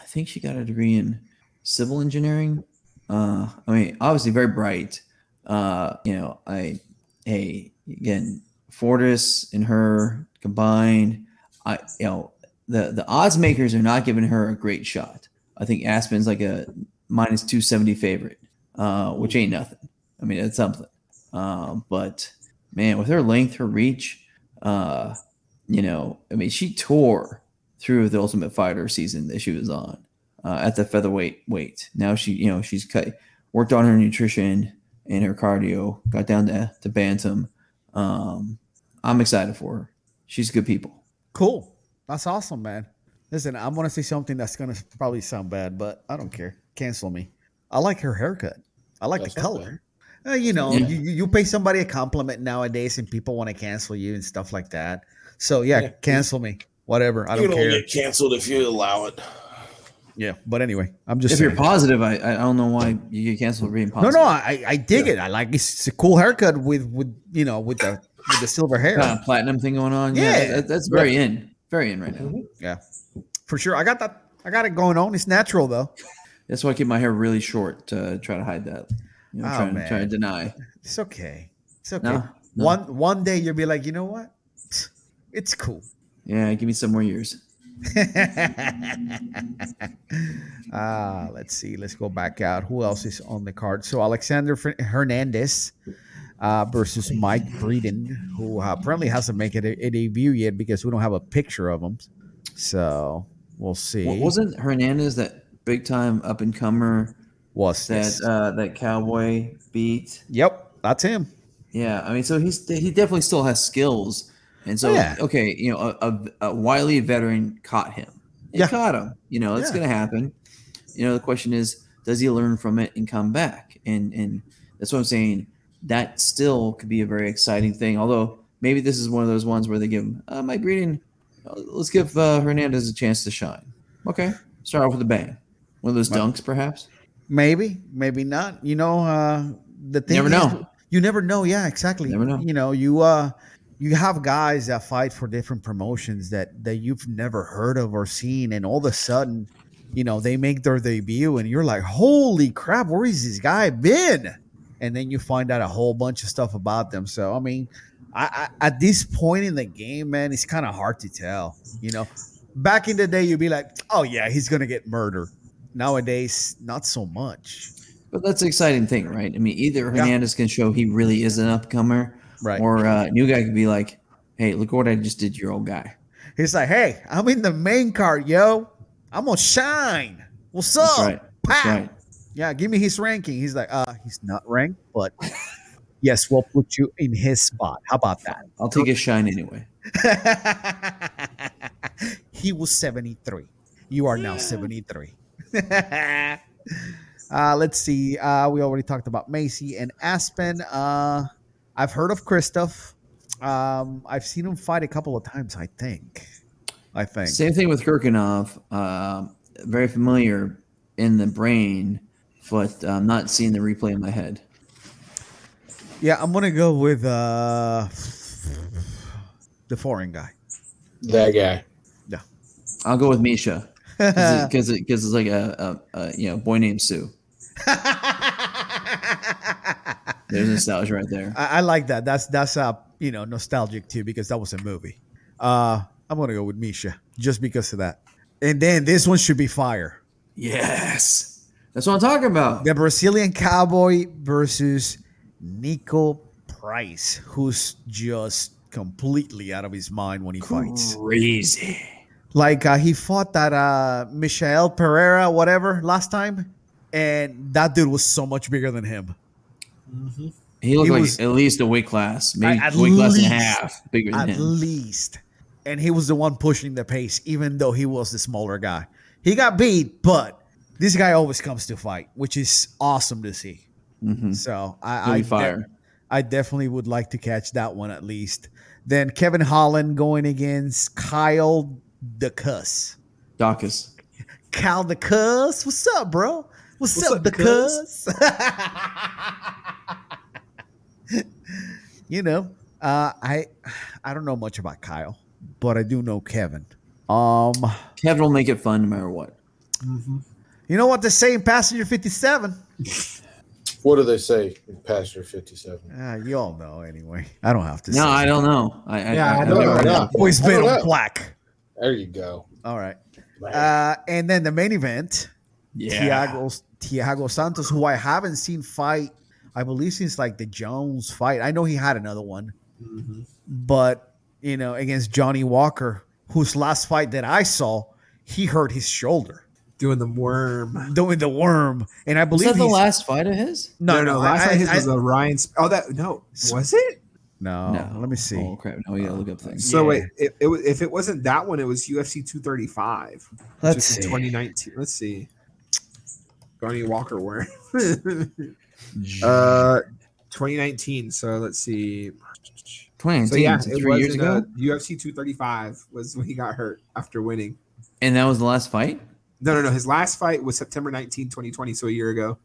D: I think she got a degree in civil engineering. Uh, I mean, obviously very bright. Uh, you know, I hey, again, Fortis and her combined, I you know the the odds makers are not giving her a great shot. I think Aspen's like a minus two seventy favorite, uh, which ain't nothing. I mean, it's something. Um, but man, with her length, her reach, uh, you know, I mean, she tore through the Ultimate Fighter season that she was on uh, at the featherweight weight. Now she, you know, she's cut, worked on her nutrition and her cardio, got down to, to Bantam. Um, I'm excited for her. She's good people.
A: cool. That's awesome, man. Listen, I'm gonna say something that's gonna probably sound bad, but I don't care. Cancel me. I like her haircut. I like
B: That's
A: the
B: not
A: color. Uh, you know,
D: Yeah.
A: you, you you pay somebody a compliment nowadays, and people want to cancel you and stuff like that. So yeah,
B: Yeah.
A: cancel me. Whatever. I
B: you
A: don't
B: don't
A: care.
B: get canceled if you allow it.
A: yeah, but anyway, I'm just
D: If you're
A: saying.
D: positive, I, I don't know why you get canceled for being
A: No,
D: positive.
A: no, I, I dig it. I like it's, it's a cool haircut with with you know with the with the silver hair
D: Kind of platinum thing going on. Yeah,
A: Yeah. Mm-hmm.
D: that, that's very in, very in right now.
A: for sure. I got that. I got it going on. It's natural though.
D: That's why I keep my hair really short to try to hide that. You know,
A: Oh,
D: trying,
A: man.
D: trying to deny.
A: It's okay. It's okay.
D: No, no.
A: One one day you'll be like, you know what? *laughs* Psst, It's cool. *laughs*
D: Yeah, give me some more years.
A: Ah, let's see. Let's go back out. Who else is on the card? So Alexander Fer- Hernandez uh, versus Mike Breeden, who uh, apparently hasn't made it a, a debut yet because we don't have a picture of him. So we'll see.
D: Wa- wasn't Hernandez that big time up and comer
A: Was
D: that
A: this?
D: uh, that cowboy beat?
A: yep, that's him.
D: Yeah, I mean, so he's he definitely still has skills, And so,
A: Oh, Yeah.
D: okay, you know, a, a, a wily veteran caught him. It
A: Yeah.
D: caught him. You know, it's
A: Yeah.
D: going to happen. You know, the question is, does he learn from it and come back? And and that's what I'm saying. That still could be a very exciting thing. Although maybe this is one of those ones where they give him, uh, Mike Breeden, uh, let's give uh, Hernandez a chance to shine. Okay, start off with a bang. One of those dunks, perhaps.
A: Maybe, maybe not. You know, uh, the thing
D: Never
A: is,
D: know.
A: You never know. Yeah, exactly.
D: Never know.
A: You know, you uh, you have guys that fight for different promotions that that you've never heard of or seen, and all of a sudden, you know, they make their debut, and you're like, "Holy crap, where is this guy been?" And then you find out a whole bunch of stuff about them. So, I mean, I, I at this point in the game, man, it's kind of hard to tell. You know, back in the day, you'd be like, "Oh yeah, he's gonna get murdered." Nowadays, not so much.
D: But that's the exciting thing, right? I mean, either
A: Yeah.
D: Hernandez can show he really is an upcomer,
A: Right.
D: or uh, new guy could be like, "Hey, look what I just did, to your old guy."
A: He's like, hey, I'm in the main card, yo. I'm gonna shine. What's up?
D: That's right. That's
A: Pow.
D: right.
A: Oh, Yeah, give me his ranking. He's like, uh, he's not ranked, but *laughs* yes, we'll put you in his spot. How about
D: I'll take a shine anyway.
A: that? *laughs* he was 73. You are now 73. *laughs* uh, let's see. Uh, we already talked about Macy and Aspen. Uh, I've heard of Christoph. Um, I've seen him fight a couple of times, I think. I think.
D: Same thing with Kirkinov. Um very familiar in the brain, but um, not seeing the replay in my head.
A: Yeah, I'm gonna go with uh the foreign guy.
B: That guy.
D: I'll go with Misha
A: *laughs*
D: because it, because it's like a, a, a you know boy named Sue.
A: I,
D: There's nostalgia right
A: *laughs*
D: there.
A: I like that. That's that's uh you know nostalgic too because that was a movie. Uh, I'm gonna go with Misha just because of that. And then this one should be fire:
D: Yes, that's what I'm talking about.
A: the Brazilian cowboy versus Nico Price, who's just completely out of his mind when he fights.
D: Crazy.
A: like uh, he fought that uh Michael Pereira whatever last time and that dude was so much bigger than him
D: He looked
A: He
D: like
A: was-
D: at least a weight class, maybe
A: at
D: weight class and a
A: least-
D: half bigger
A: at
D: than him.
A: least and he was the one pushing the pace even though he was the smaller guy he got beat but this guy always comes to fight which is awesome to see
D: Mhm.
A: so
D: He'll
A: I
D: be
A: I,
D: fire.
A: I definitely would like to catch that one at least then Kevin Holland going against Kyle the Cuss
D: Dawkins.
A: Kyle the Cuss. What's up, bro? What's,
C: What's
A: up,
C: up,
A: the
C: Cuz?
A: Cuss? *laughs* you know, uh, I I don't know much about Kyle, but I do know Kevin. Um,
D: Kevin will make it fun no matter what.
C: mm-hmm.
A: you know what they say in Passenger Fifty Seven?
B: What do they say in Passenger 57?
A: Uh, you all know anyway. I don't have to.
D: No,
A: say.
D: I don't know. I,
C: Yeah, I
D: I, I,
C: don't
D: I,
C: know.
B: Yeah.
A: Always
B: I
A: been
B: don't
A: on
B: know.
A: black.
B: There you go.
A: All right,
B: Man.
A: uh, and then the main event.
D: yeah.
A: Tiago Tiago Santos, who I haven't seen fight, I believe since like the Jones fight. I know he had another one,
C: Mm-hmm.
A: but you know against Johnny Walker, whose last fight that I saw, he hurt his shoulder
C: Doing the worm.
A: doing the worm, and I
D: Was
A: believe
D: that the
A: he's-
D: last fight of his?
A: No, no, I,
C: Last night his
A: I-
C: was a Ryan. Sp- oh, that no, was it?
A: no, Let me see.
D: Oh crap! Now we gotta look up things.
C: So
A: Yeah.
C: wait, it, it, was- if it wasn't that one, it was UFC 235. which
D: Let's
C: was in
D: see.
C: 2019. Let's see. Johnny Walker worm. *laughs* uh, 2019. So let's see.
D: Twenty
C: So yeah, it
D: three
C: was
D: years
C: in,
D: ago,
C: uh, UFC 235 was when he got hurt after winning.
D: and that was the last fight.
C: No, no, no. His last fight was September 19, 2020, so a year ago.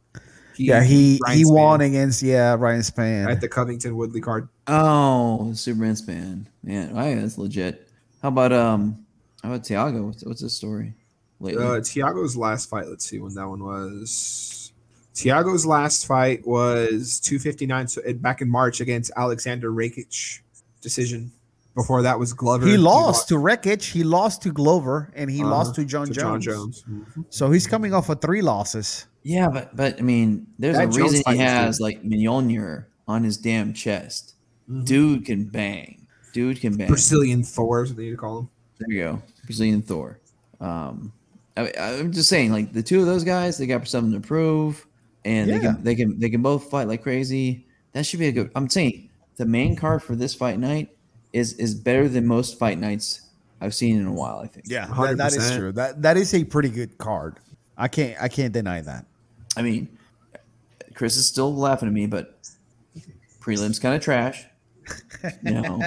C: He,
A: yeah, he
C: Ryan
A: he
C: Span
A: won against yeah Ryan Span.
C: at the Covington Woodley card.
D: Oh, Superman span. Man, right, that's legit. How about um? How about Tiago? What's, what's his story? Lately,
C: Uh, Tiago's last fight. Let's see when that one was. Tiago's last fight was 259. So it, back in March against Alexander Rakic decision. Before that was Glover.
A: he lost to Wreckage, he lost to Glover, and he
C: Uh-huh,
A: lost to John,
C: to
A: Jones.
C: John Jones.
A: So he's coming off of three losses.
D: yeah, but but I mean, there's
C: That
D: a
C: Jones
D: reason
C: fight
D: he
C: was good.
D: has like Mjolnir on his damn chest.
C: Mhm.
D: Dude can bang. Dude can bang.
C: Brazilian Thor, is what they need to call him.
D: There you go, Brazilian Thor. Um, I, I'm just saying, like the two of those guys, they got something to prove, and they
A: Yeah.
D: can they can they can both fight like crazy. That should be a good. I'm saying the main card for this fight night is is better than most fight nights I've seen in a while. I think.
A: Yeah, that- that is
C: 100%.
A: true. That that is a pretty good card. I can't I can't deny that.
D: I mean, Chris is still laughing at me, but prelims kind of trash. You know,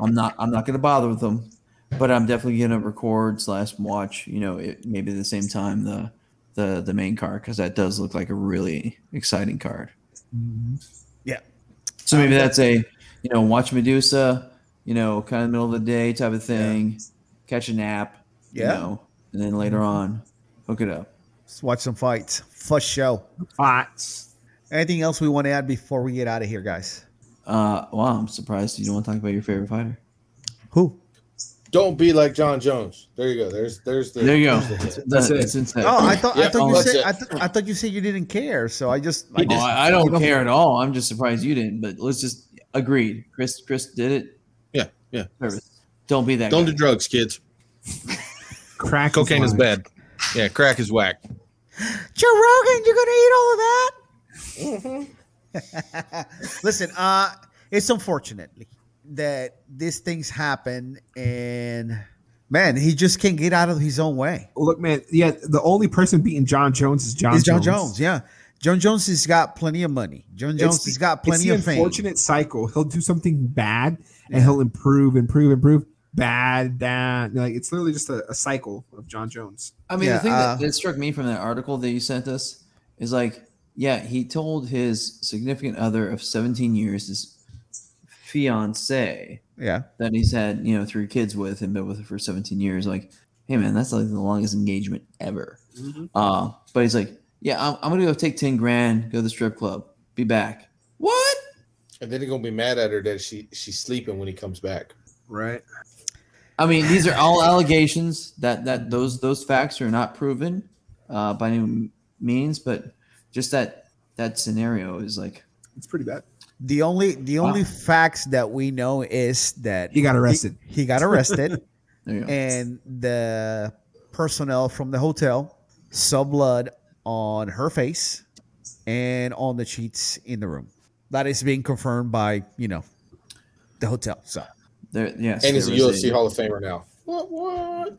D: I'm not. I'm not going to bother with them, but I'm definitely going to record slash watch. You know, it, maybe at the same time the the the main card because that does look like a really exciting card.
A: Yeah.
D: So maybe that's a you know watch Medusa. You know, kind of middle of the day type of thing. Catch a nap.
A: Yeah.
D: You know, and then later on, hook it up.
A: Let's watch some fights. For show.
C: Fox.
A: Anything else we want to add before we get out of here, guys?
D: Uh, wow, I'm surprised you don't want to talk about your favorite fighter.
A: Who?
B: Don't be like John Jones. There you go. There's there's the
D: There you go.
B: there's the-
D: That's
C: it.
D: It's insane.
A: Oh, I thought I
B: Yeah,
A: thought you
B: well,
A: said
B: that's
A: I, th- I thought you said you didn't care. So I just I
D: Oh,
A: just
D: I, I don't care at all. I'm just surprised you didn't. But let's just agreed. Chris, Chris did it.
E: Yeah, yeah.
D: Service. Don't be that.
E: Don't do
D: guy.
E: drugs, kids.
C: Crack
E: Cocaine is
C: wine.
E: bad. Yeah, crack is whack.
A: Joe Rogan, you're gonna eat all of that. *laughs* Listen, uh, it's unfortunately that these things happen, and man, he just can't get out of his own way.
C: Look, man. Yeah, the only person beating John Jones is John.
A: It's John
C: Jones.
A: Jones, yeah. John Jones has got plenty of money. John
C: It's
A: Jones
C: the-
A: has got
C: it's
A: plenty
C: the
A: of fame.
C: unfortunate cycle. He'll do something bad and he'll improve, improve, improve. Bad, bad. Like it's literally just a, a cycle of John Jones.
D: I mean,
A: Yeah,
D: the thing
A: uh,
D: that, that struck me from that article that you sent us is like, yeah, he told his significant other of 17 years, his fiance,
A: Yeah,
D: that he's had you know three kids with and been with her for 17 years like hey man that's like the longest engagement ever uh but he's like yeah I'm, I'm gonna go take 10 grand go to the strip club be back what
B: and then he's gonna be mad at her that she she's sleeping when he comes back.
C: Right.
D: i mean these are all allegations that that those those facts are not proven uh by any means but just that that scenario is like
C: It's pretty bad.
A: the only the only facts that we know is that
C: He got arrested.
A: he got
C: *laughs*
A: arrested.
D: there you go.
A: and the personnel from the hotel saw blood on her face and on the sheets in the room. That is being confirmed by you know the hotel. So
D: there yes
B: And he's a
D: there was
B: UFC Hall of Famer now. What what?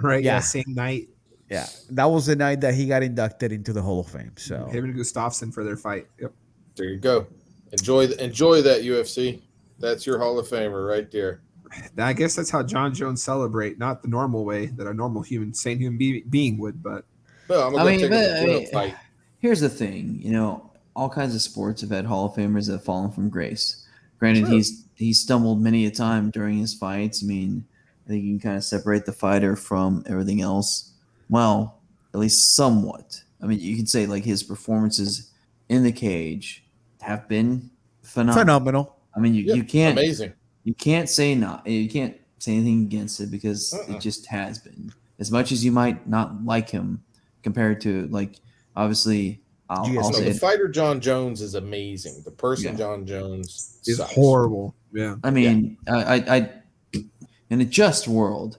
C: Right.
A: Yeah.
C: Yeah. Same night.
A: yeah, that was the night that he got inducted into the Hall of Fame. So
C: Him and Gustafsson for their fight. Yep.
B: There you go. Enjoy th- enjoy that UFC. That's your Hall of Famer right there.
C: Now, I guess that's how John Jones celebrate, not the normal way that a normal human, sane human be- being would. But
B: Well, I'm
D: I
B: gonna go
D: mean,
B: take
D: but,
B: a
D: I
B: real
D: mean- *laughs*
B: fight.
D: here's the thing you know all kinds of sports have had hall of famers that have fallen from grace granted
B: True.
D: he's he stumbled many a time during his fights i mean i think you can kind of separate the fighter from everything else well at least somewhat i mean you can say like his performances in the cage have been phenomenal,
A: phenomenal.
D: i mean you,
B: Yeah,
D: you can't
B: Amazing.
D: you can't say not eh, you can't say anything against it because
B: Uh-uh.
D: it just has been as much as you might not like him compared to like obviously i'll,
A: You guys
D: I'll
B: No,
D: say
B: the
D: it.
B: fighter John Jones is amazing. The person
D: Yeah.
B: John Jones
C: it's
B: sucks.
C: horrible. Yeah.
D: i mean I, I i in a just world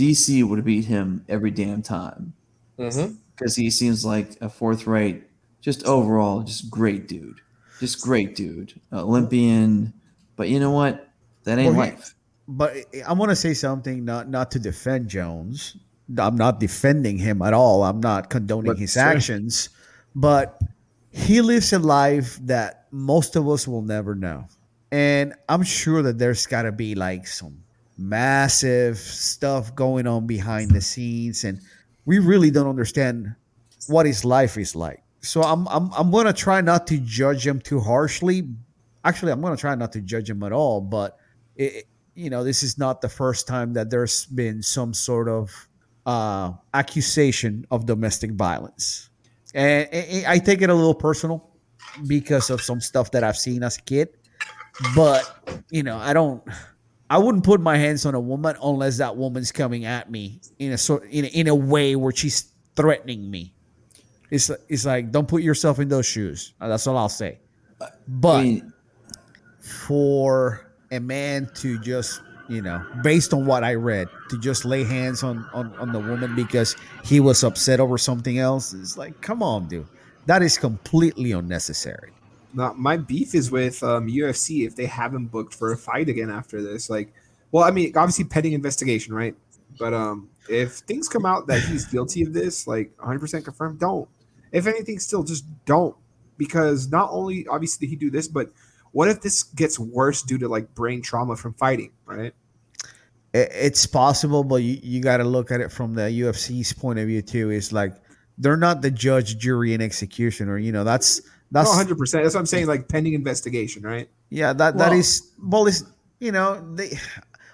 D: dc would have beat him every damn time
B: Mhm.
D: because he seems like a forthright just overall just great dude just great dude olympian but you know what that ain't
A: Well, he-
D: life
A: But I want to say something not not to defend Jones. I'm not defending him at all. I'm not condoning
C: But
A: his
C: sure.
A: actions, but he lives a life that most of us will never know. And I'm sure that there's got to be like some massive stuff going on behind the scenes and we really don't understand what his life is like. So I'm I'm I'm going to try not to judge him too harshly. Actually, I'm going to try not to judge him at all, but it, you know, this is not the first time that there's been some sort of uh, accusation of domestic violence. And I- I I take it a little personal because of some stuff that I've seen as a kid. But, you know, I don't, I wouldn't put my hands on a woman unless that woman's coming at me in a sort, in a, in a way where she's threatening me. It's, it's like, don't put yourself in those shoes. That's all I'll say. But
D: I mean,
A: for a man to just you know based on what i read to just lay hands on on, on the woman because he was upset over something else it's like come on dude that is completely unnecessary
C: Not, my beef is with um, UFC if they haven't booked for a fight again after this. Like, well, I mean, obviously pending investigation, right? But um, if things come out that he's guilty of this, like 100% confirmed, don't. If anything, still just don't, because not only obviously did he do this, but what if this gets worse due to like brain trauma from fighting, right?
A: It, it's possible, but you, you got to look at it from the UFC's point of view too. It's like they're not the judge, jury, and executioner. You know, that's
C: Not
A: that's
C: 100%. That's what I'm saying. Like pending investigation, right?
A: yeah, that that
D: Well-
A: is well, it's you know they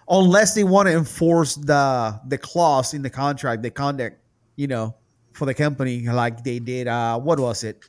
A: unless they want to enforce the the clause in the contract, the conduct, you know, for the company like they did. Uh, what was it?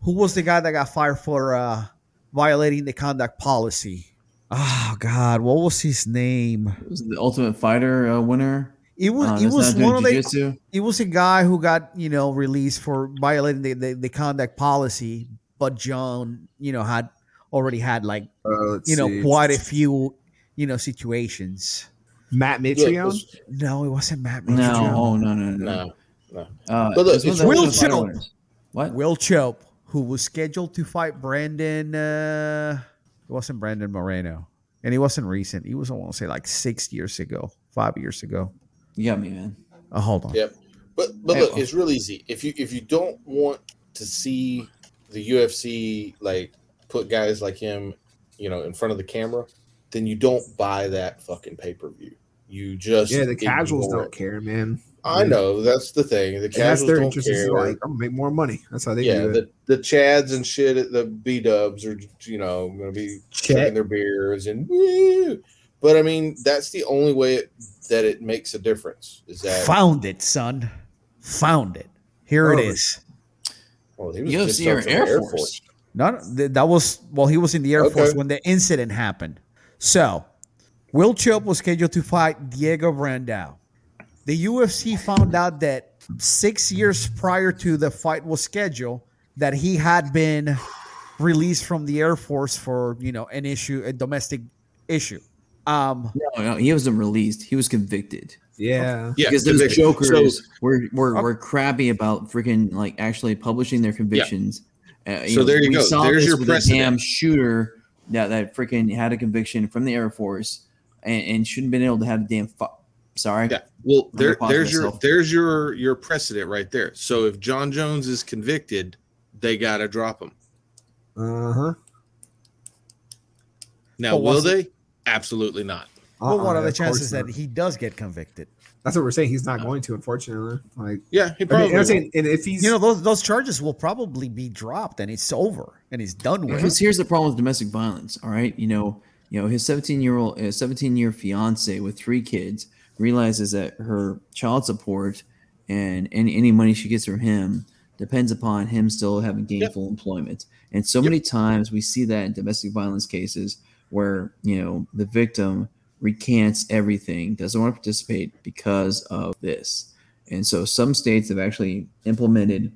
A: Who was the guy that got fired for uh, violating the conduct policy? Oh God, what was his name?
D: It was the Ultimate Fighter uh, winner.
A: It was it
D: Uh, that's
A: was
D: not doing
A: one of the
D: jiu-jitsu.
A: it was a guy who got you know released for violating the, the, the conduct policy but john you know had already had like
C: Uh, let's
A: you know
C: see.
A: quite a few you know situations
C: Matt
B: Look,
C: Mitrione.
B: let's-
A: no it wasn't matt
D: No,
A: Richardson.
D: oh no, no, no.
B: no.
D: Uh,
B: But look,
D: it was one of
B: it's
D: the
A: Will
D: Ultimate Fighter
A: Chill.
D: winners. What?
A: will chope who was scheduled to fight brandon uh it wasn't brandon moreno and he wasn't recent he was i want to say like six years ago five years ago
D: You got me, man.
A: oh hold on
B: Yeah. But but
D: Hey,
B: look,
D: well.
B: it's real easy. If you if you don't want to see the UFC like put guys like him, you know, in front of the camera, then you don't buy that fucking pay per view. You just
C: Yeah, the casuals
B: ignore
C: don't
B: it.
C: care, man.
B: I know that's the thing. The
C: And that's
B: casuals
C: their
B: don't
C: interest. Is
B: care.
C: like, I'm gonna make more money. That's how they
B: yeah,
C: do it.
B: the, the Chads and shit at the B Dubs are you know going to be drinking
C: Chet.
B: their beers and woo. But I mean, that's the only way it, that it makes a difference. Is that
A: found it son found it here it
C: Oh,
A: is
B: well, oh, he was
D: UFC
B: just up
D: or
B: from
D: Air
B: the
D: Force?
A: No, no, th- that was well. He was in the Air
B: Okay.
A: Force when the incident happened. So, Will Chope was scheduled to fight Diego Brandao. The UFC found out that six years prior to the fight was scheduled, that he had been released from the Air Force for you know an issue, a domestic issue. Um,
D: No, no, he wasn't released. He was convicted.
C: Yeah.
E: Yeah,
D: because those
E: conviction.
D: jokers
E: So,
D: were, were were crappy about freaking like actually publishing their convictions. Uh,
E: So there you
D: we
E: go.
D: saw
E: There's
D: this
E: your
D: with a damn
E: precedent.
D: shooter that that freaking had a conviction from the Air Force and, and shouldn't been able to have a damn. Fu- Sorry,
E: yeah. Well,
D: gonna
E: there,
D: pause
E: there's your
D: myself.
E: there's your your precedent right there. So if John Jones is convicted, they gotta drop him.
C: Uh huh.
E: Now,
A: But
E: will
A: was
E: they? Absolutely not.
A: but
C: Uh-uh,
A: what are the chances that he does get convicted?
C: Uh, That's what we're saying. He's not going to, unfortunately. Like,
E: Yeah, he
C: I
E: probably.
C: mean, I'm
E: won't.
C: saying, and if he's,
A: You know, those those charges will probably be dropped, and it's over, and he's done with.
D: because here's the problem with domestic violence. All right, you know, you know, his 17 year old, uh, 17 year fiance with three kids realizes that her child support and any, any money she gets from him depends upon him still having gainful employment. And so many times we see that in domestic violence cases where you know the victim recants everything, doesn't want to participate because of this. And so some states have actually implemented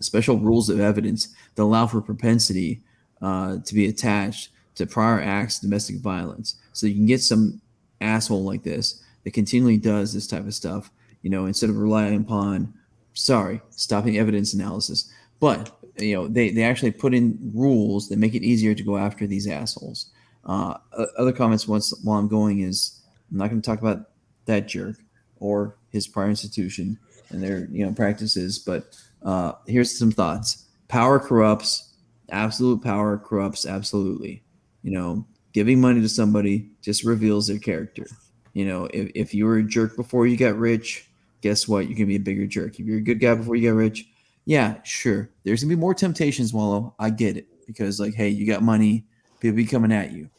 D: special rules of evidence that allow for propensity uh, to be attached to prior acts of domestic violence. So you can get some asshole like this that continually does this type of stuff, you know, instead of relying upon, sorry, stopping evidence analysis. But, you know, they, they actually put in rules that make it easier to go after these assholes. Uh, o- other comments once while I'm going is I'm not going to talk about that jerk or his prior institution and their you know practices, but uh, here's some thoughts. Power corrupts, absolute power corrupts absolutely you know giving money to somebody just reveals their character you know if, if you were a jerk before you got rich guess what you're gonna be a bigger jerk if you're a good guy before you got rich yeah sure there's gonna be more temptations wallow i get it because like hey you got money people be coming at you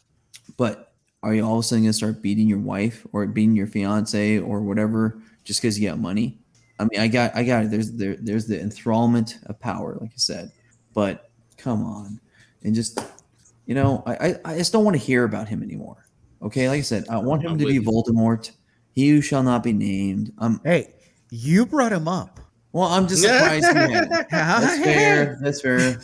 D: but are you all of a sudden gonna start beating your wife or beating your fiance or whatever just because you got money i mean i got i got it there's there, there's the enthrallment of power like i said but come on and just you know i i, I just don't want to hear about him anymore okay like i said i want him
E: I'm
D: to be
E: with
D: voldemort he who shall not be named i'm
A: Hey, you brought him up.
D: well i'm just surprised
A: *laughs*
D: he had-
A: Uh-huh.
D: that's fair that's fair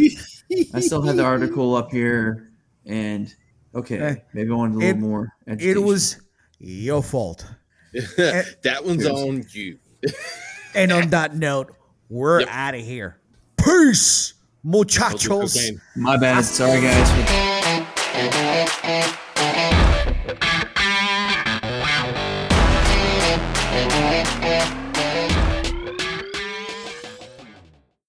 D: i still had the article up here and okay
A: Hey,
D: maybe i wanted a little
A: Uh, it-
D: more
A: It
D: education.
A: was your fault.
E: *laughs* that one's on you.
A: And on that note, we're
E: Yep.
A: out of here. Peace.
F: muchachos.
A: My bad. Sorry, guys.
D: Thank you.